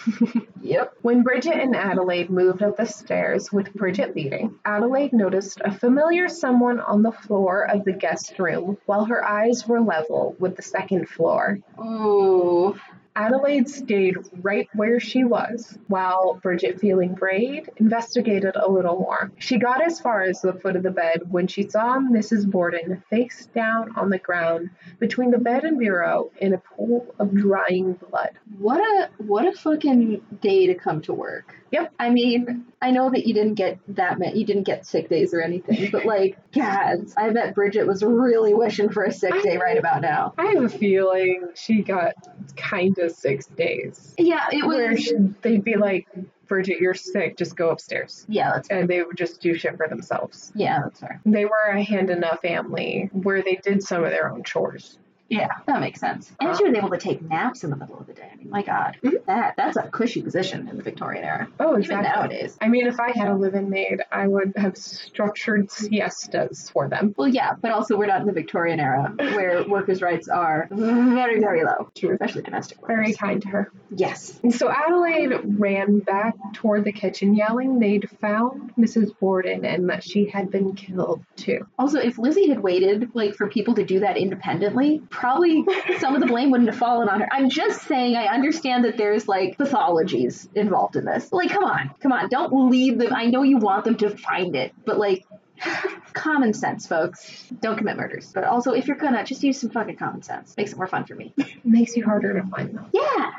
Speaker 2: Yep.
Speaker 1: When Bridget and Adelaide moved up the stairs, with Bridget leading, Adelaide noticed a familiar someone on the floor of the guest room while her eyes were level with the second floor.
Speaker 2: Ooh.
Speaker 1: Adelaide stayed right where she was while Bridget, feeling brave, investigated a little more. She got as far as the foot of the bed when she saw Mrs. Borden face down on the ground between the bed and bureau in a pool of drying blood.
Speaker 2: What a what a fucking day to come to work.
Speaker 1: Yep.
Speaker 2: I mean, I know that you didn't get that many, you didn't get sick days or anything, but like, God, I bet Bridget was really wishing for a sick day right about now.
Speaker 1: I have a feeling she got kind of six days.
Speaker 2: Yeah, it
Speaker 1: Where
Speaker 2: was.
Speaker 1: she, they'd be like, Bridget, you're sick, just go upstairs.
Speaker 2: Yeah, that's
Speaker 1: And they would just do shit for themselves.
Speaker 2: yeah, that's fair.
Speaker 1: They were a hand enough family where they did some of their own chores.
Speaker 2: Yeah, that makes sense. And she was able to take naps in the middle of the day. I mean, my God, that that's a cushy position in the Victorian era,
Speaker 1: Oh,
Speaker 2: even
Speaker 1: exactly.
Speaker 2: nowadays.
Speaker 1: I mean, if I had a live-in maid, I would have structured siestas for them.
Speaker 2: Well, yeah, but also we're not in the Victorian era where workers' rights are very, very low,
Speaker 1: True.
Speaker 2: especially domestic workers.
Speaker 1: Very kind to her.
Speaker 2: Yes.
Speaker 1: And so Adelaide ran back toward the kitchen, yelling they'd found Mrs. Borden and that she had been killed too.
Speaker 2: Also, if Lizzie had waited like for people to do that independently, probably some of the blame wouldn't have fallen on her. I'm just saying, I understand that there's like pathologies involved in this. Like, come on, come on, don't leave them. I know you want them to find it, but like, common sense, folks. Don't commit murders. But also, if you're gonna, just use some fucking common sense. Makes it more fun for me.
Speaker 1: Makes you harder to find them.
Speaker 2: Yeah,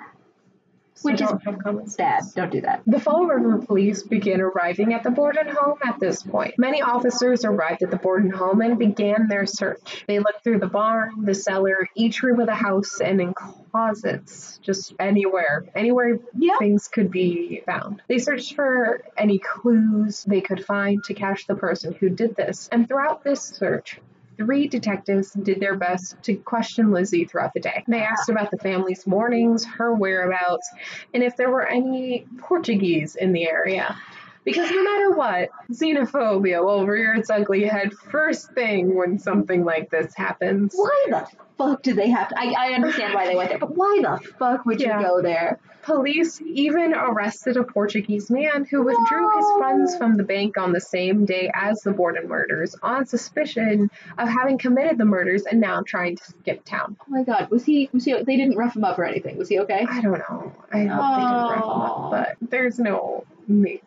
Speaker 1: So
Speaker 2: Which is
Speaker 1: don't have common
Speaker 2: it's bad.
Speaker 1: sense.
Speaker 2: Don't do that.
Speaker 1: The Fall River police began arriving at the Borden home at this point. Many officers arrived at the Borden home and began their search. They looked through the barn, the cellar, each room of the house, and in closets, just anywhere, anywhere
Speaker 2: Yeah.
Speaker 1: things could be found. They searched for any clues they could find to catch the person who did this. And throughout this search, three detectives did their best to question Lizzie throughout the day. They asked about the family's mornings, her whereabouts, and if there were any Portuguese in the area. Because no matter what, xenophobia will rear its ugly head first thing when something like this happens.
Speaker 2: Why the fuck do they have to? I, I understand why they went there, but why the fuck would
Speaker 1: Yeah.
Speaker 2: you go there?
Speaker 1: Police even arrested a Portuguese man who withdrew his
Speaker 2: No.
Speaker 1: funds from the bank on the same day as the Borden murders on suspicion of having committed the murders and now trying to skip town.
Speaker 2: Oh my god, was he? Was he? They didn't rough him up or anything. Was he okay?
Speaker 1: I don't know. I hope they didn't wrap him up,
Speaker 2: Oh.
Speaker 1: but there's no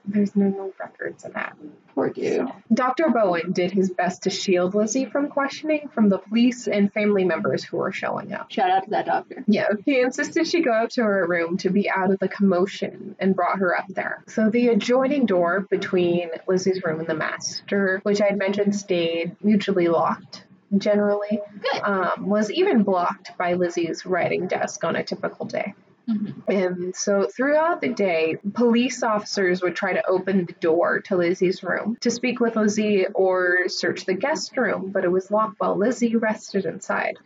Speaker 1: there's no, no records of that.
Speaker 2: Poor dude.
Speaker 1: Dr. Bowen did his best to shield Lizzie from questioning from the police and family members who were showing up.
Speaker 2: Shout out to that doctor.
Speaker 1: Yeah, he insisted she go up to her room to be out of the commotion and brought her up there. So the adjoining door between Lizzie's room and the master, which I had mentioned stayed mutually locked generally,
Speaker 2: Good.
Speaker 1: um, was even blocked by Lizzie's writing desk on a typical day.
Speaker 2: Mhm.
Speaker 1: And so throughout the day, police officers would try to open the door to Lizzie's room to speak with Lizzie or search the guest room, but it was locked while Lizzie rested inside.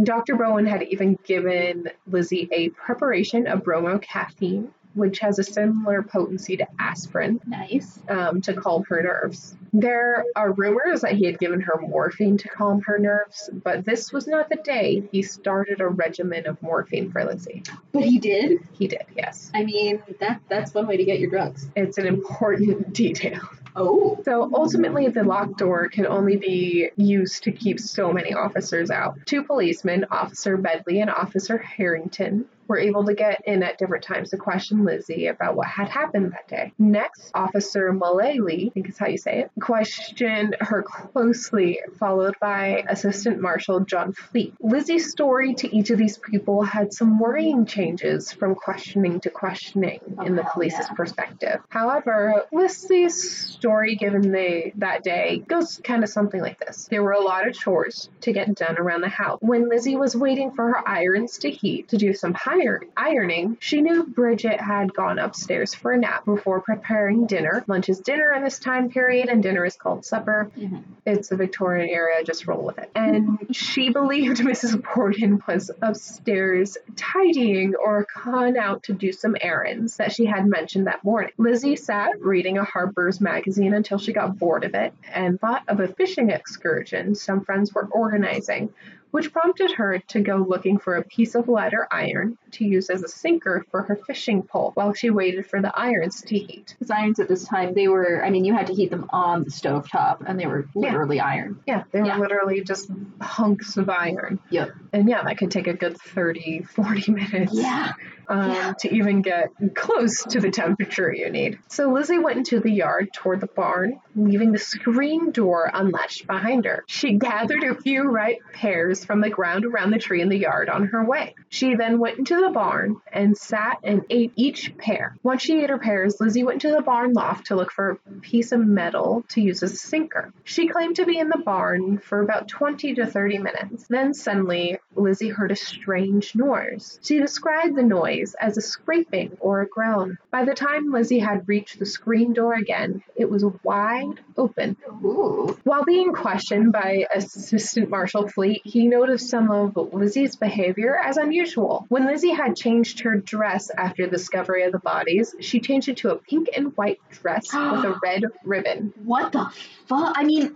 Speaker 1: Dr. Bowen had even given Lizzie a preparation of bromocaffeine, which has a similar potency to aspirin,
Speaker 2: Nice.
Speaker 1: um, to calm her nerves. There are rumors that he had given her morphine to calm her nerves, but this was not the day he started a regimen of morphine for Lizzie.
Speaker 2: But he did.
Speaker 1: He did, yes.
Speaker 2: I mean, that that's one way to get your drugs.
Speaker 1: It's an important detail.
Speaker 2: Oh.
Speaker 1: So ultimately, the locked door could only be used to keep so many officers out. Two policemen, Officer Bedley and Officer Harrington, were able to get in at different times to question Lizzie about what had happened that day. Next, Officer Mullaly, I think is how you say it, questioned her closely, followed by Assistant Marshal John Fleet. Lizzie's story to each of these people had some worrying changes from questioning to questioning in the
Speaker 2: Oh,
Speaker 1: police's
Speaker 2: yeah.
Speaker 1: perspective. However, Lizzie's story given the that day goes kind of something like this. There were a lot of chores to get done around the house. When Lizzie was waiting for her irons to heat to do some hir- ironing, she knew Bridget had gone upstairs for a nap before preparing dinner. Lunch is dinner in this time period, and dinner is called supper.
Speaker 2: Mhm.
Speaker 1: It's the Victorian era, just roll with it. And she believed Mrs. Borden was upstairs tidying or gone out to do some errands that she had mentioned that morning. Lizzie sat reading a Harper's magazine until she got bored of it and thought of a fishing excursion some friends were organizing, which prompted her to go looking for a piece of ladder iron to use as a sinker for her fishing pole while she waited for the irons to heat.
Speaker 2: Because irons at this time, they were, I mean, you had to heat them on the stove top, and they were
Speaker 1: Yeah.
Speaker 2: literally iron.
Speaker 1: Yeah, they were
Speaker 2: Yeah.
Speaker 1: literally just hunks of iron.
Speaker 2: Yep.
Speaker 1: And yeah, that could take a good 30, 40 minutes
Speaker 2: Yeah.
Speaker 1: um,
Speaker 2: yeah.
Speaker 1: to even get close to the temperature you need. So Lizzie went into the yard toward the barn, leaving the screen door unlatched behind her. She gathered a few ripe pears from the ground around the tree in the yard on her way. She then went into the barn and sat and ate each pear. Once she ate her pears, Lizzie went to the barn loft to look for a piece of metal to use as a sinker. She claimed to be in the barn for about 20 to 30 minutes. Then suddenly, Lizzie heard a strange noise. She described the noise as a scraping or a groan. By the time Lizzie had reached the screen door again, it was wide open.
Speaker 2: Ooh.
Speaker 1: While being questioned by Assistant Marshal Fleet, he noticed some of Lizzie's behavior as unusual. When Lizzie had changed her dress after the discovery of the bodies, she changed it to a pink and white dress with a red ribbon.
Speaker 2: What the fuck? I mean,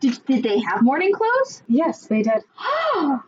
Speaker 2: did, did they have morning clothes?
Speaker 1: Yes, they did.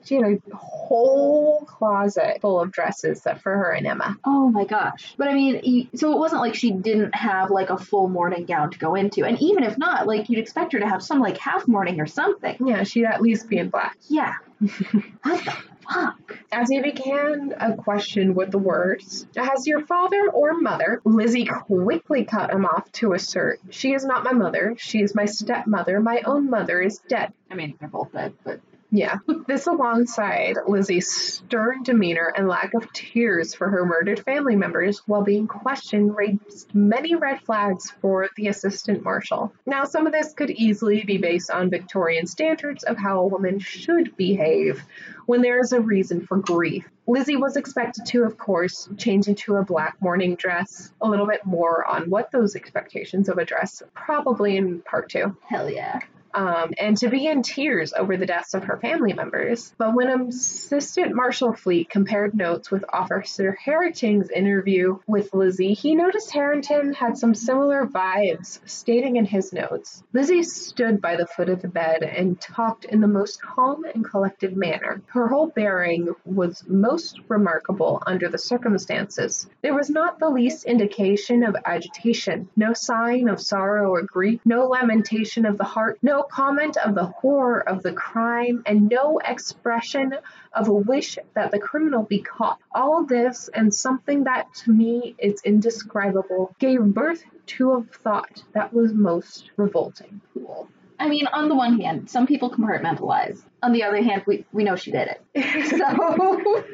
Speaker 1: She had a whole closet full of dresses that for her and Emma.
Speaker 2: Oh my gosh. But I mean, you- so it wasn't like she didn't have like a full morning gown to go into. And even if not, like you'd expect her to have some like half morning or something.
Speaker 1: Yeah, she'd at least be in black.
Speaker 2: Yeah. what the fuck?
Speaker 1: As he began a question with the words, Has your father or mother? Lizzie quickly cut him off to assert, She is not my mother. She is my stepmother. My own mother is dead.
Speaker 2: I mean, they're both dead, but
Speaker 1: Yeah. This alongside Lizzie's stern demeanor and lack of tears for her murdered family members while being questioned raised many red flags for the assistant marshal. Now, some of this could easily be based on Victorian standards of how a woman should behave when there is a reason for grief. Lizzie was expected to, of course, change into a black morning dress. A little bit more on what those expectations of a dress, probably in part two.
Speaker 2: hell yeah.
Speaker 1: um, and to be in tears over the deaths of her family members. But when Assistant Marshal Fleet compared notes with Officer Harrington's interview with Lizzie, he noticed Harrington had some similar vibes, stating in his notes Lizzie stood by the foot of the bed and talked in the most calm and collected manner. Her whole bearing was most remarkable under the circumstances. There was not the least indication of agitation, no sign of sorrow or grief, no lamentation of the heart, no comment of the horror of the crime, and no expression of a wish that the criminal be caught. All this and something that to me is indescribable gave birth to a thought that was most revolting.
Speaker 2: Cool. I mean, on the one hand, some people compartmentalize. On the other hand, we, we know she did it. So,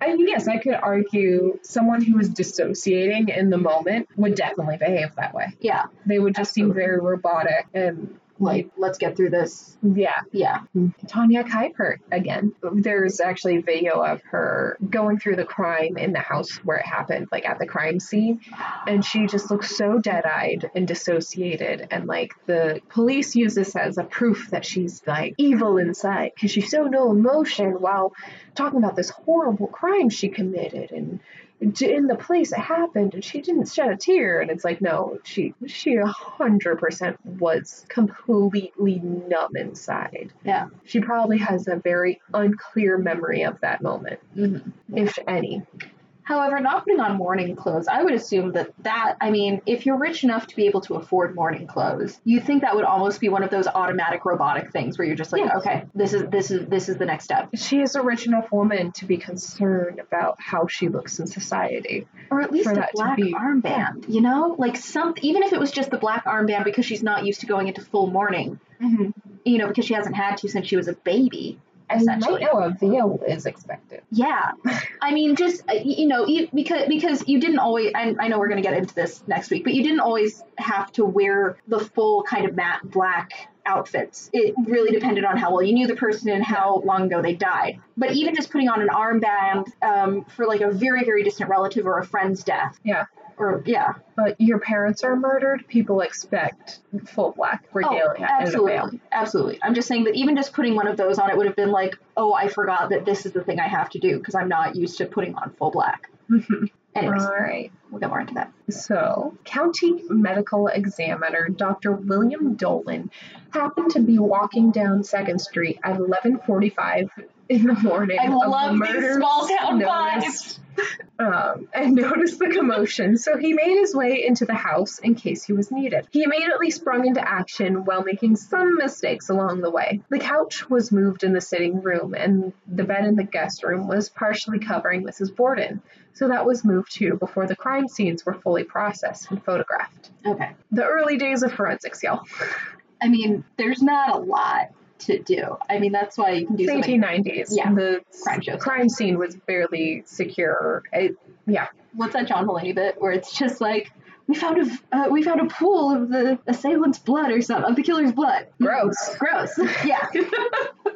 Speaker 1: I mean, yes, I could argue someone who was dissociating in the moment would definitely behave that way.
Speaker 2: yeah,
Speaker 1: They would just seem
Speaker 2: Absolutely.
Speaker 1: very robotic and
Speaker 2: like, let's get through this.
Speaker 1: yeah,
Speaker 2: Yeah.
Speaker 1: Tanya Kuipert again. There's actually video of her going through the crime in the house where it happened, like at the crime scene, and she just looks so dead-eyed and dissociated. And like the police use this as a proof that she's like evil inside because she showed no emotion while talking about this horrible crime she committed and d- in the place it happened and she didn't shed a tear and it's like no she she 100% was completely numb inside
Speaker 2: Yeah.
Speaker 1: she probably has a very unclear memory of that moment,
Speaker 2: hmm
Speaker 1: if any.
Speaker 2: However, not putting on mourning clothes, I would assume that that, I mean, if you're rich enough to be able to afford mourning clothes, you think that would almost be one of those automatic robotic things where you're just like,
Speaker 1: Yeah.
Speaker 2: okay, this is this is this is the next step,
Speaker 1: She is a rich enough woman to be concerned about how she looks in society.
Speaker 2: or at least
Speaker 1: For
Speaker 2: a
Speaker 1: that to
Speaker 2: black
Speaker 1: be-
Speaker 2: armband, you know, like some, even if it was just the black armband because she's not used to going into full mourning,
Speaker 1: Mm-hmm.
Speaker 2: you know, because she hasn't had to since she was a baby.
Speaker 1: And
Speaker 2: Essentially.
Speaker 1: right now, a veil is expected.
Speaker 2: Yeah, I mean, just uh, y- you know, you, because because you didn't always. I, I know we're going to get into this next week, but you didn't always have to wear the full kind of matte black outfits. It really depended on how well you knew the person and how long ago they died. But even just putting on an armband um, for like a very very distant relative or a friend's death.
Speaker 1: Yeah.
Speaker 2: Or yeah,
Speaker 1: But your parents are murdered, people expect full black regalia
Speaker 2: oh,
Speaker 1: and a veil.
Speaker 2: absolutely, absolutely. I'm just saying that even just putting one of those on, it would have been like, oh, I forgot that this is the thing I have to do because I'm not used to putting on full black.
Speaker 1: Mhm.
Speaker 2: Anyways,
Speaker 1: All right.
Speaker 2: we'll get more into that.
Speaker 1: So, County Medical Examiner Dr. William Dolan happened to be walking down Second Street at 11:45 in the morning.
Speaker 2: I
Speaker 1: of the
Speaker 2: love these
Speaker 1: murder
Speaker 2: small town vibes.
Speaker 1: noticed, um, and noticed the commotion, so he made his way into the house in case he was needed. He immediately sprung into action while making some mistakes along the way. The couch was moved in the sitting room, and the bed in the guest room was partially covering Mrs. Borden, so that was moved too before the crime scenes were fully processed and photographed.
Speaker 2: Okay.
Speaker 1: The early days of forensics, y'all.
Speaker 2: I mean, there's not a lot to do. I mean, that's why you can do something.
Speaker 1: 1990s.
Speaker 2: Yeah,
Speaker 1: The
Speaker 2: crime shows.
Speaker 1: crime scene was barely secure. It, yeah.
Speaker 2: What's that John Mulaney bit where it's just like we found a uh, we found a pool of the assailant's blood or something of the killer's blood.
Speaker 1: Gross.
Speaker 2: Gross. Yeah.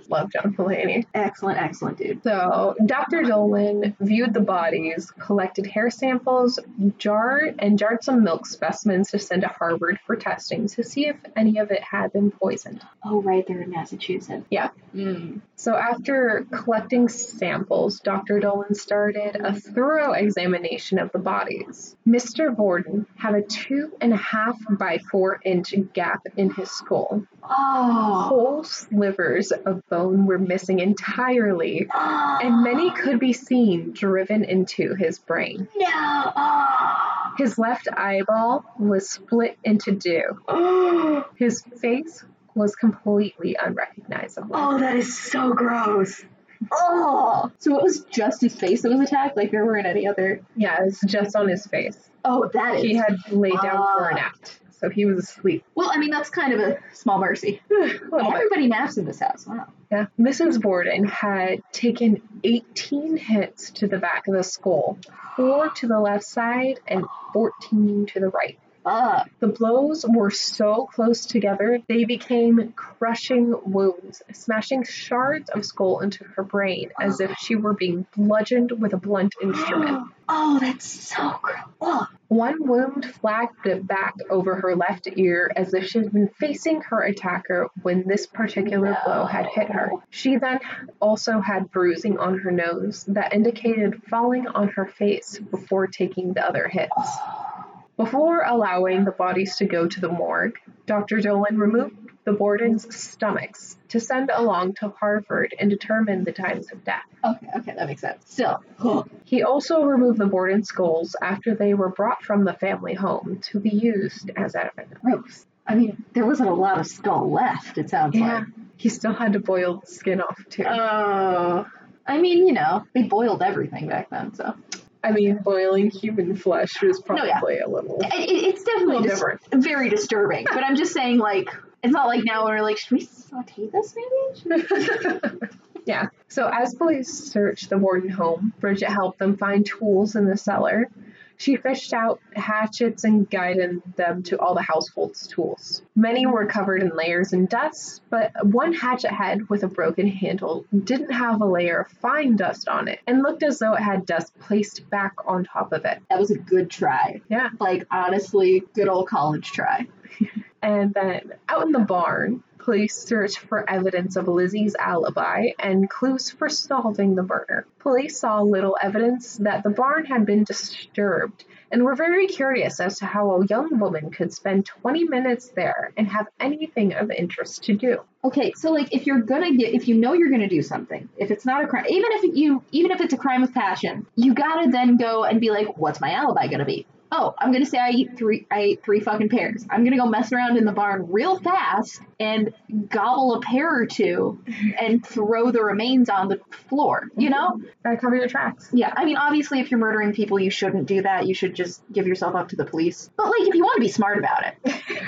Speaker 1: Love John Mulaney.
Speaker 2: excellent. Excellent, dude.
Speaker 1: So, Dr. Dolan viewed the bodies, collected hair samples, jarred and jarred some milk specimens to send to Harvard for testing to see if any of it had been poisoned.
Speaker 2: Oh, right there in Massachusetts.
Speaker 1: Yeah.
Speaker 2: Mm.
Speaker 1: So, after collecting samples, Dr. Dolan started a thorough examination of the bodies. Mr. Borden had a two and a half by four inch gap in his skull.
Speaker 2: Oh.
Speaker 1: Whole slivers of bone were missing entirely, and many could be seen driven into his brain.
Speaker 2: No. Oh.
Speaker 1: His left eyeball was split into two.
Speaker 2: Oh.
Speaker 1: His face was completely unrecognizable.
Speaker 2: Oh, that is so gross. Oh. So it was just his face that was attacked. Like there weren't any other.
Speaker 1: Yeah, it's just on his face.
Speaker 2: Oh, that is.
Speaker 1: He had laid down for a nap, so he was asleep.
Speaker 2: Well, I mean, that's kind of a small mercy. Everybody naps in this house. Wow.
Speaker 1: Yeah. Mrs. Borden had taken 18 hits to the back of the skull, four to the left side and 14 to the right.
Speaker 2: Uh,
Speaker 1: The blows were so close together, they became crushing wounds, smashing shards of skull into her brain as if she were being bludgeoned with a blunt instrument.
Speaker 2: oh, that's so gross. Oh,
Speaker 1: One wound flagged back over her left ear as if she had been facing her attacker when this particular blow had hit her. She then also had bruising on her nose that indicated falling on her face before taking the other hits. Before allowing the bodies to go to the morgue, Dr. Dolan removed the Borden's stomachs to send along to Harvard and determine the times of death.
Speaker 2: Okay, okay, that makes sense. Still,
Speaker 1: He also removed the Borden skulls after they were brought from the family home to be used as evidence.
Speaker 2: gross. I mean, there wasn't a lot of skull left. It sounds like.
Speaker 1: He still had to boil the skin off, too.
Speaker 2: Oh. I mean, you know, they boiled everything back then, so
Speaker 1: I mean, boiling human flesh was
Speaker 2: No,
Speaker 1: probably
Speaker 2: yeah.
Speaker 1: a little,
Speaker 2: it, it- it's
Speaker 1: a little
Speaker 2: definitely dis-
Speaker 1: different.
Speaker 2: very disturbing. but I'm just saying, like, it's not like now we're like, should we saute this maybe? Should we-
Speaker 1: yeah. So as police searched the Warden home, Bridget helped them find tools in the cellar. She fished out hatchets and guided them to all the household's tools. Many were covered in layers and dust, but one hatchet head with a broken handle didn't have a layer of fine dust on it and looked as though it had dust placed back on top of it.
Speaker 2: That was a good try.
Speaker 1: Yeah.
Speaker 2: Like, honestly, good old college try.
Speaker 1: And then out in the barn, police searched for evidence of Lizzie's alibi and clues for solving the murder. Police saw little evidence that the barn had been disturbed and were very curious as to how a young woman could spend 20 minutes there and have anything of interest to do.
Speaker 2: Okay, so like if you're gonna get if you know you're gonna do something, if it's not a crime even if you even if it's a crime of passion, you gotta then go and be like, What's my alibi gonna be? Oh, I'm gonna say I eat three I ate three fucking pears. I'm gonna go mess around in the barn real fast and gobble a pear or two and throw the remains on the floor, you know?
Speaker 1: Gotta cover your tracks.
Speaker 2: Yeah, I mean, obviously, if you're murdering people, you shouldn't do that. You should just give yourself up to the police. But, like, if you want to be smart about it.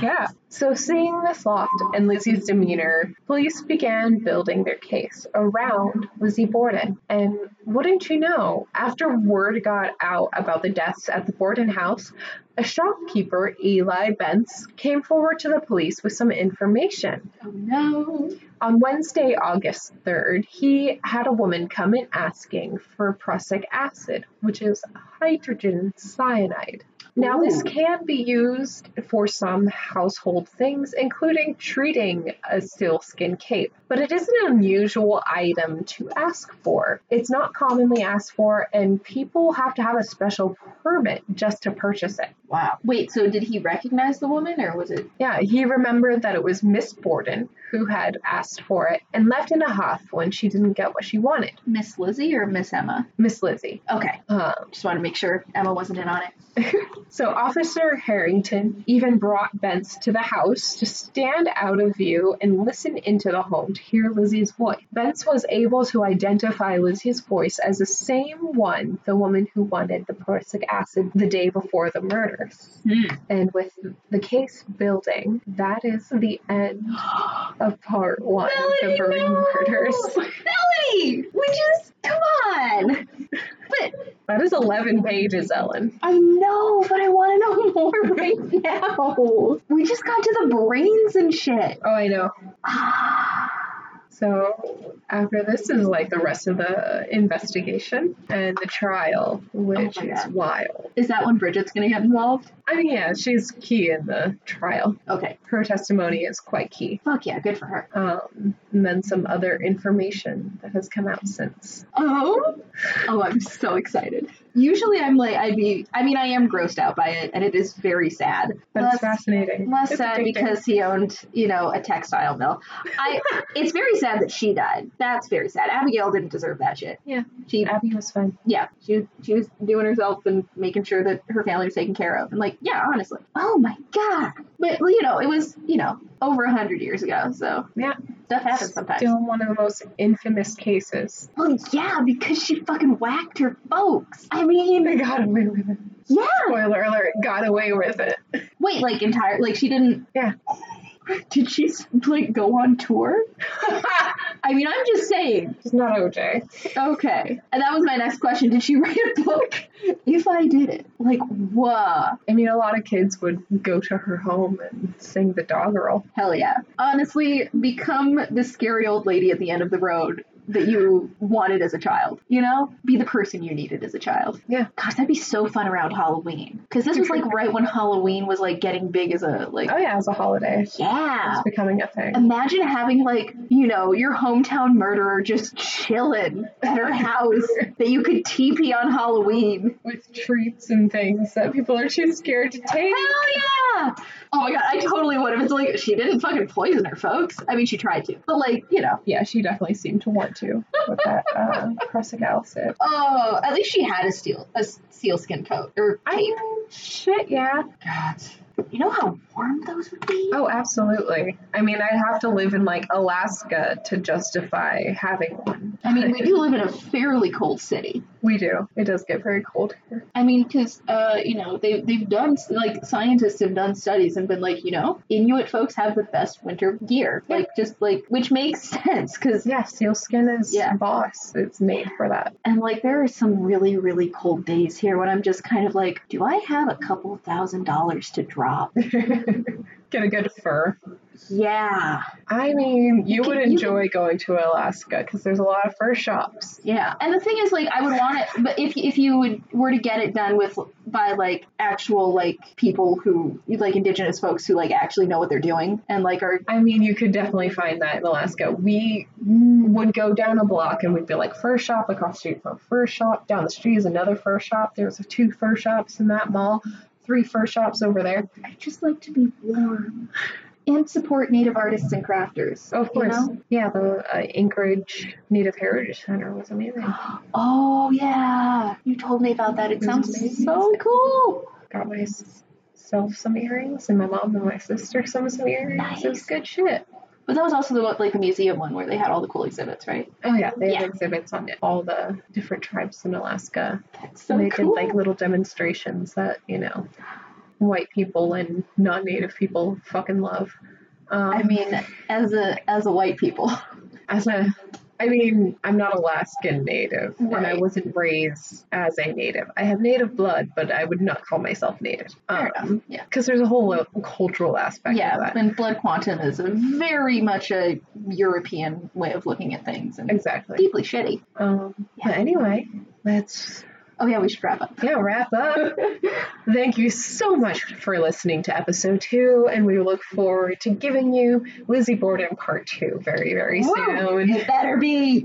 Speaker 1: Yeah. So, seeing this loft and Lizzie's demeanor, police began building their case around Lizzie Borden. And wouldn't you know, after word got out about the deaths at the Borden house, a shopkeeper, Eli Bentz, came forward to the police with some information.
Speaker 2: Oh, no.
Speaker 1: On Wednesday, August 3rd, he had a woman come in asking for prussic acid, which is hydrogen cyanide. Now, this
Speaker 2: Ooh.
Speaker 1: can be used for some household things, including treating a sealskin cape, but it is an unusual item to ask for. It's not commonly asked for, and people have to have a special permit just to purchase it.
Speaker 2: Wow. Wait, so did he recognize the woman, or was it.
Speaker 1: Yeah, he remembered that it was Miss Borden who had asked for it and left in a huff when she didn't get what she wanted.
Speaker 2: Miss Lizzie or Miss Emma?
Speaker 1: Miss Lizzie.
Speaker 2: Okay.
Speaker 1: Um,
Speaker 2: Just wanted to make sure Emma wasn't in on it.
Speaker 1: so Officer Harrington even brought Bence to the house to stand out of view and listen into the home to hear Lizzie's voice. Bence was able to identify Lizzie's voice as the same one, the woman who wanted the prussic acid the day before the murders. And with the case building, that is the end of part one of the
Speaker 2: Melody,
Speaker 1: Burning
Speaker 2: no!
Speaker 1: Murders.
Speaker 2: Melody! We just. Come on! But
Speaker 1: That is 11 pages, Ellen.
Speaker 2: I know, but I want to know more right now. We just got to the brains and shit.
Speaker 1: Oh, I know. So after this is like the rest of the investigation and the trial, which
Speaker 2: Oh my
Speaker 1: is
Speaker 2: God.
Speaker 1: wild.
Speaker 2: Is that when Bridget's going to get involved?
Speaker 1: I mean, yeah, she's key in the trial.
Speaker 2: Okay.
Speaker 1: Her testimony is quite key.
Speaker 2: Fuck yeah, good for her.
Speaker 1: Um, and then some other information that has come out since.
Speaker 2: Oh, oh, I'm so excited. Usually, I'm like, I'd be, I mean, I am grossed out by it, and it is very sad.
Speaker 1: But
Speaker 2: less,
Speaker 1: it's fascinating.
Speaker 2: less
Speaker 1: It's
Speaker 2: sad
Speaker 1: addicting.
Speaker 2: because he owned, you know, a textile mill. I, it's very sad that she died. That's very sad. Abigail didn't deserve that shit.
Speaker 1: Yeah.
Speaker 2: She,
Speaker 1: Abby was fun.
Speaker 2: yeah, she, she was doing herself and making sure that her family was taken care of, and like, yeah, honestly. Oh my god. But well, you know, it was, you know, over a hundred years ago, so
Speaker 1: Yeah.
Speaker 2: stuff happens sometimes.
Speaker 1: Still one of the most infamous cases.
Speaker 2: Well, yeah, because she fucking whacked her folks. I mean,
Speaker 1: They got away with it.
Speaker 2: yeah.
Speaker 1: Spoiler alert, got away with it.
Speaker 2: Wait, like entire, like she didn't.
Speaker 1: Yeah.
Speaker 2: Did she like go on tour? I mean, I'm just saying.
Speaker 1: It's not OJ.
Speaker 2: Okay, and that was my next question. Did she write a book? If I did it, like, whoa,
Speaker 1: I mean, a lot of kids would go to her home and sing the doggerel.
Speaker 2: hell yeah. Honestly, become the scary old lady at the end of the road that you wanted as a child. You know, be the person you needed as a child.
Speaker 1: Yeah.
Speaker 2: Gosh, that'd be so fun around Halloween because this was like right when Halloween was like getting big as a like.
Speaker 1: Oh yeah, it's a holiday.
Speaker 2: Yeah. Um,
Speaker 1: It's becoming a thing.
Speaker 2: Imagine having like, you know, your hometown murderer just chilling at her house that you could teepee on Halloween.
Speaker 1: With treats and things that people are too scared to take.
Speaker 2: Hell yeah! Oh my god, I totally would have. It's like she didn't fucking poison her folks. I mean she tried to. But like, you know.
Speaker 1: Yeah, she definitely seemed to want to with that uh, Pressical sip.
Speaker 2: Oh, at least she had a steel a sealskin coat or cape.
Speaker 1: I shit, yeah.
Speaker 2: God. You know how warm those would be?
Speaker 1: Oh, absolutely. I mean, I'd have to live in like Alaska to justify having one.
Speaker 2: I mean, we do live in a fairly cold city.
Speaker 1: We do. It does get very cold here.
Speaker 2: I mean, because uh, you know they they've done like scientists have done studies and been like, you know, Inuit folks have the best winter gear,
Speaker 1: Yeah.
Speaker 2: like just like which makes sense because
Speaker 1: Yeah, sealskin is
Speaker 2: Yeah.
Speaker 1: boss. It's made for that.
Speaker 2: and like there are some really really cold days here when I'm just kind of like, do I have a couple thousand dollars to drop?
Speaker 1: Get a good fur.
Speaker 2: yeah,
Speaker 1: I mean, you
Speaker 2: Can-
Speaker 1: would
Speaker 2: you can-
Speaker 1: enjoy going to Alaska because there's a lot of fur shops.
Speaker 2: yeah. And the thing is, like, I would want it, but if if you would were to get it done with by like actual like people who like indigenous folks who like actually know what they're doing and like are
Speaker 1: I mean, you could definitely find that in Alaska. We would go down a block and we'd be like, fur shop across the street from a fur shop. Down the street is another fur shop. There's two fur shops in that mall, three fur shops over there.
Speaker 2: I just like to be warm and support Native artists and crafters.
Speaker 1: Of
Speaker 2: you
Speaker 1: course.
Speaker 2: know?
Speaker 1: Yeah, the uh, Anchorage Native Heritage Center was amazing.
Speaker 2: Oh yeah, you told me about that. It
Speaker 1: It was
Speaker 2: sounds
Speaker 1: amazing.
Speaker 2: so cool.
Speaker 1: Got myself some earrings and my mom and my sister some some earrings. It was
Speaker 2: Nice.
Speaker 1: good shit.
Speaker 2: But that was also the like the museum one where they had all the cool exhibits, right?
Speaker 1: Oh yeah, they have
Speaker 2: Yeah.
Speaker 1: exhibits on all the different tribes in Alaska.
Speaker 2: That's
Speaker 1: So
Speaker 2: so
Speaker 1: they
Speaker 2: Oh, cool.
Speaker 1: did like little demonstrations that you know, white people and non-native people fucking love. Um,
Speaker 2: I mean, as a as a white people,
Speaker 1: as a, I mean, I'm not Alaskan native, and I
Speaker 2: Right.
Speaker 1: wasn't raised as a native. I have native blood, but I would not call myself native.
Speaker 2: fair enough.
Speaker 1: Um,
Speaker 2: Yeah.
Speaker 1: because there's a whole lo- cultural aspect
Speaker 2: Yeah,
Speaker 1: of that.
Speaker 2: and blood quantum is a very much a European way of looking at things and
Speaker 1: Exactly.
Speaker 2: deeply shitty.
Speaker 1: Um, But anyway, let's
Speaker 2: Oh yeah, we should wrap up.
Speaker 1: yeah wrap up. Thank you so much for listening to episode two, and we look forward to giving you Lizzie Borden part two very, very
Speaker 2: Woo!
Speaker 1: soon.
Speaker 2: It better be.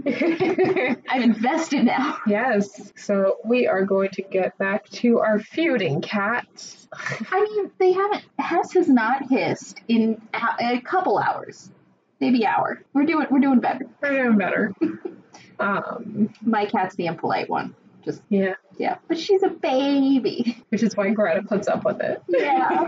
Speaker 2: I'm invested now.
Speaker 1: yes, so we are going to get back to our feuding cats.
Speaker 2: I mean, they haven't. Hess has not hissed in a, a couple hours, maybe hour. We're doing we're doing better.
Speaker 1: We're doing better. Um,
Speaker 2: My cat's the impolite one. Just
Speaker 1: yeah,
Speaker 2: yeah, but she's a baby.
Speaker 1: which is why Greta puts up with it.
Speaker 2: Yeah.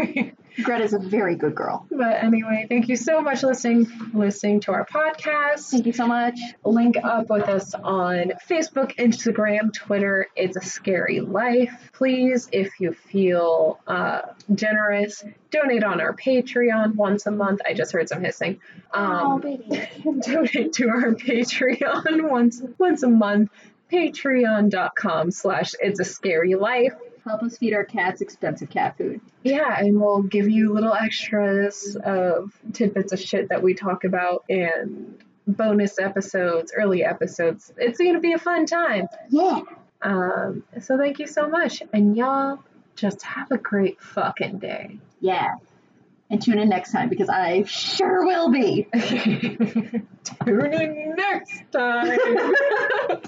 Speaker 2: Greta's a very good girl.
Speaker 1: but anyway, thank you so much listening listening to our podcast.
Speaker 2: Thank you so much.
Speaker 1: link up with us on Facebook, Instagram, Twitter. It's a scary life. Please, if you feel uh, generous, donate on our Patreon once a month. I just heard some hissing.
Speaker 2: oh
Speaker 1: Um,
Speaker 2: baby.
Speaker 1: donate to our Patreon once once a month. Patreon.com slash It's a Scary Life.
Speaker 2: Help us feed our cats expensive cat food.
Speaker 1: Yeah, and we'll give you little extras of tidbits of shit that we talk about and bonus episodes, early episodes. It's going to be a fun time.
Speaker 2: Yeah.
Speaker 1: Um, so thank you so much. And y'all just have a great fucking day.
Speaker 2: Yeah. And tune in next time because I sure will be.
Speaker 1: Tune in next time.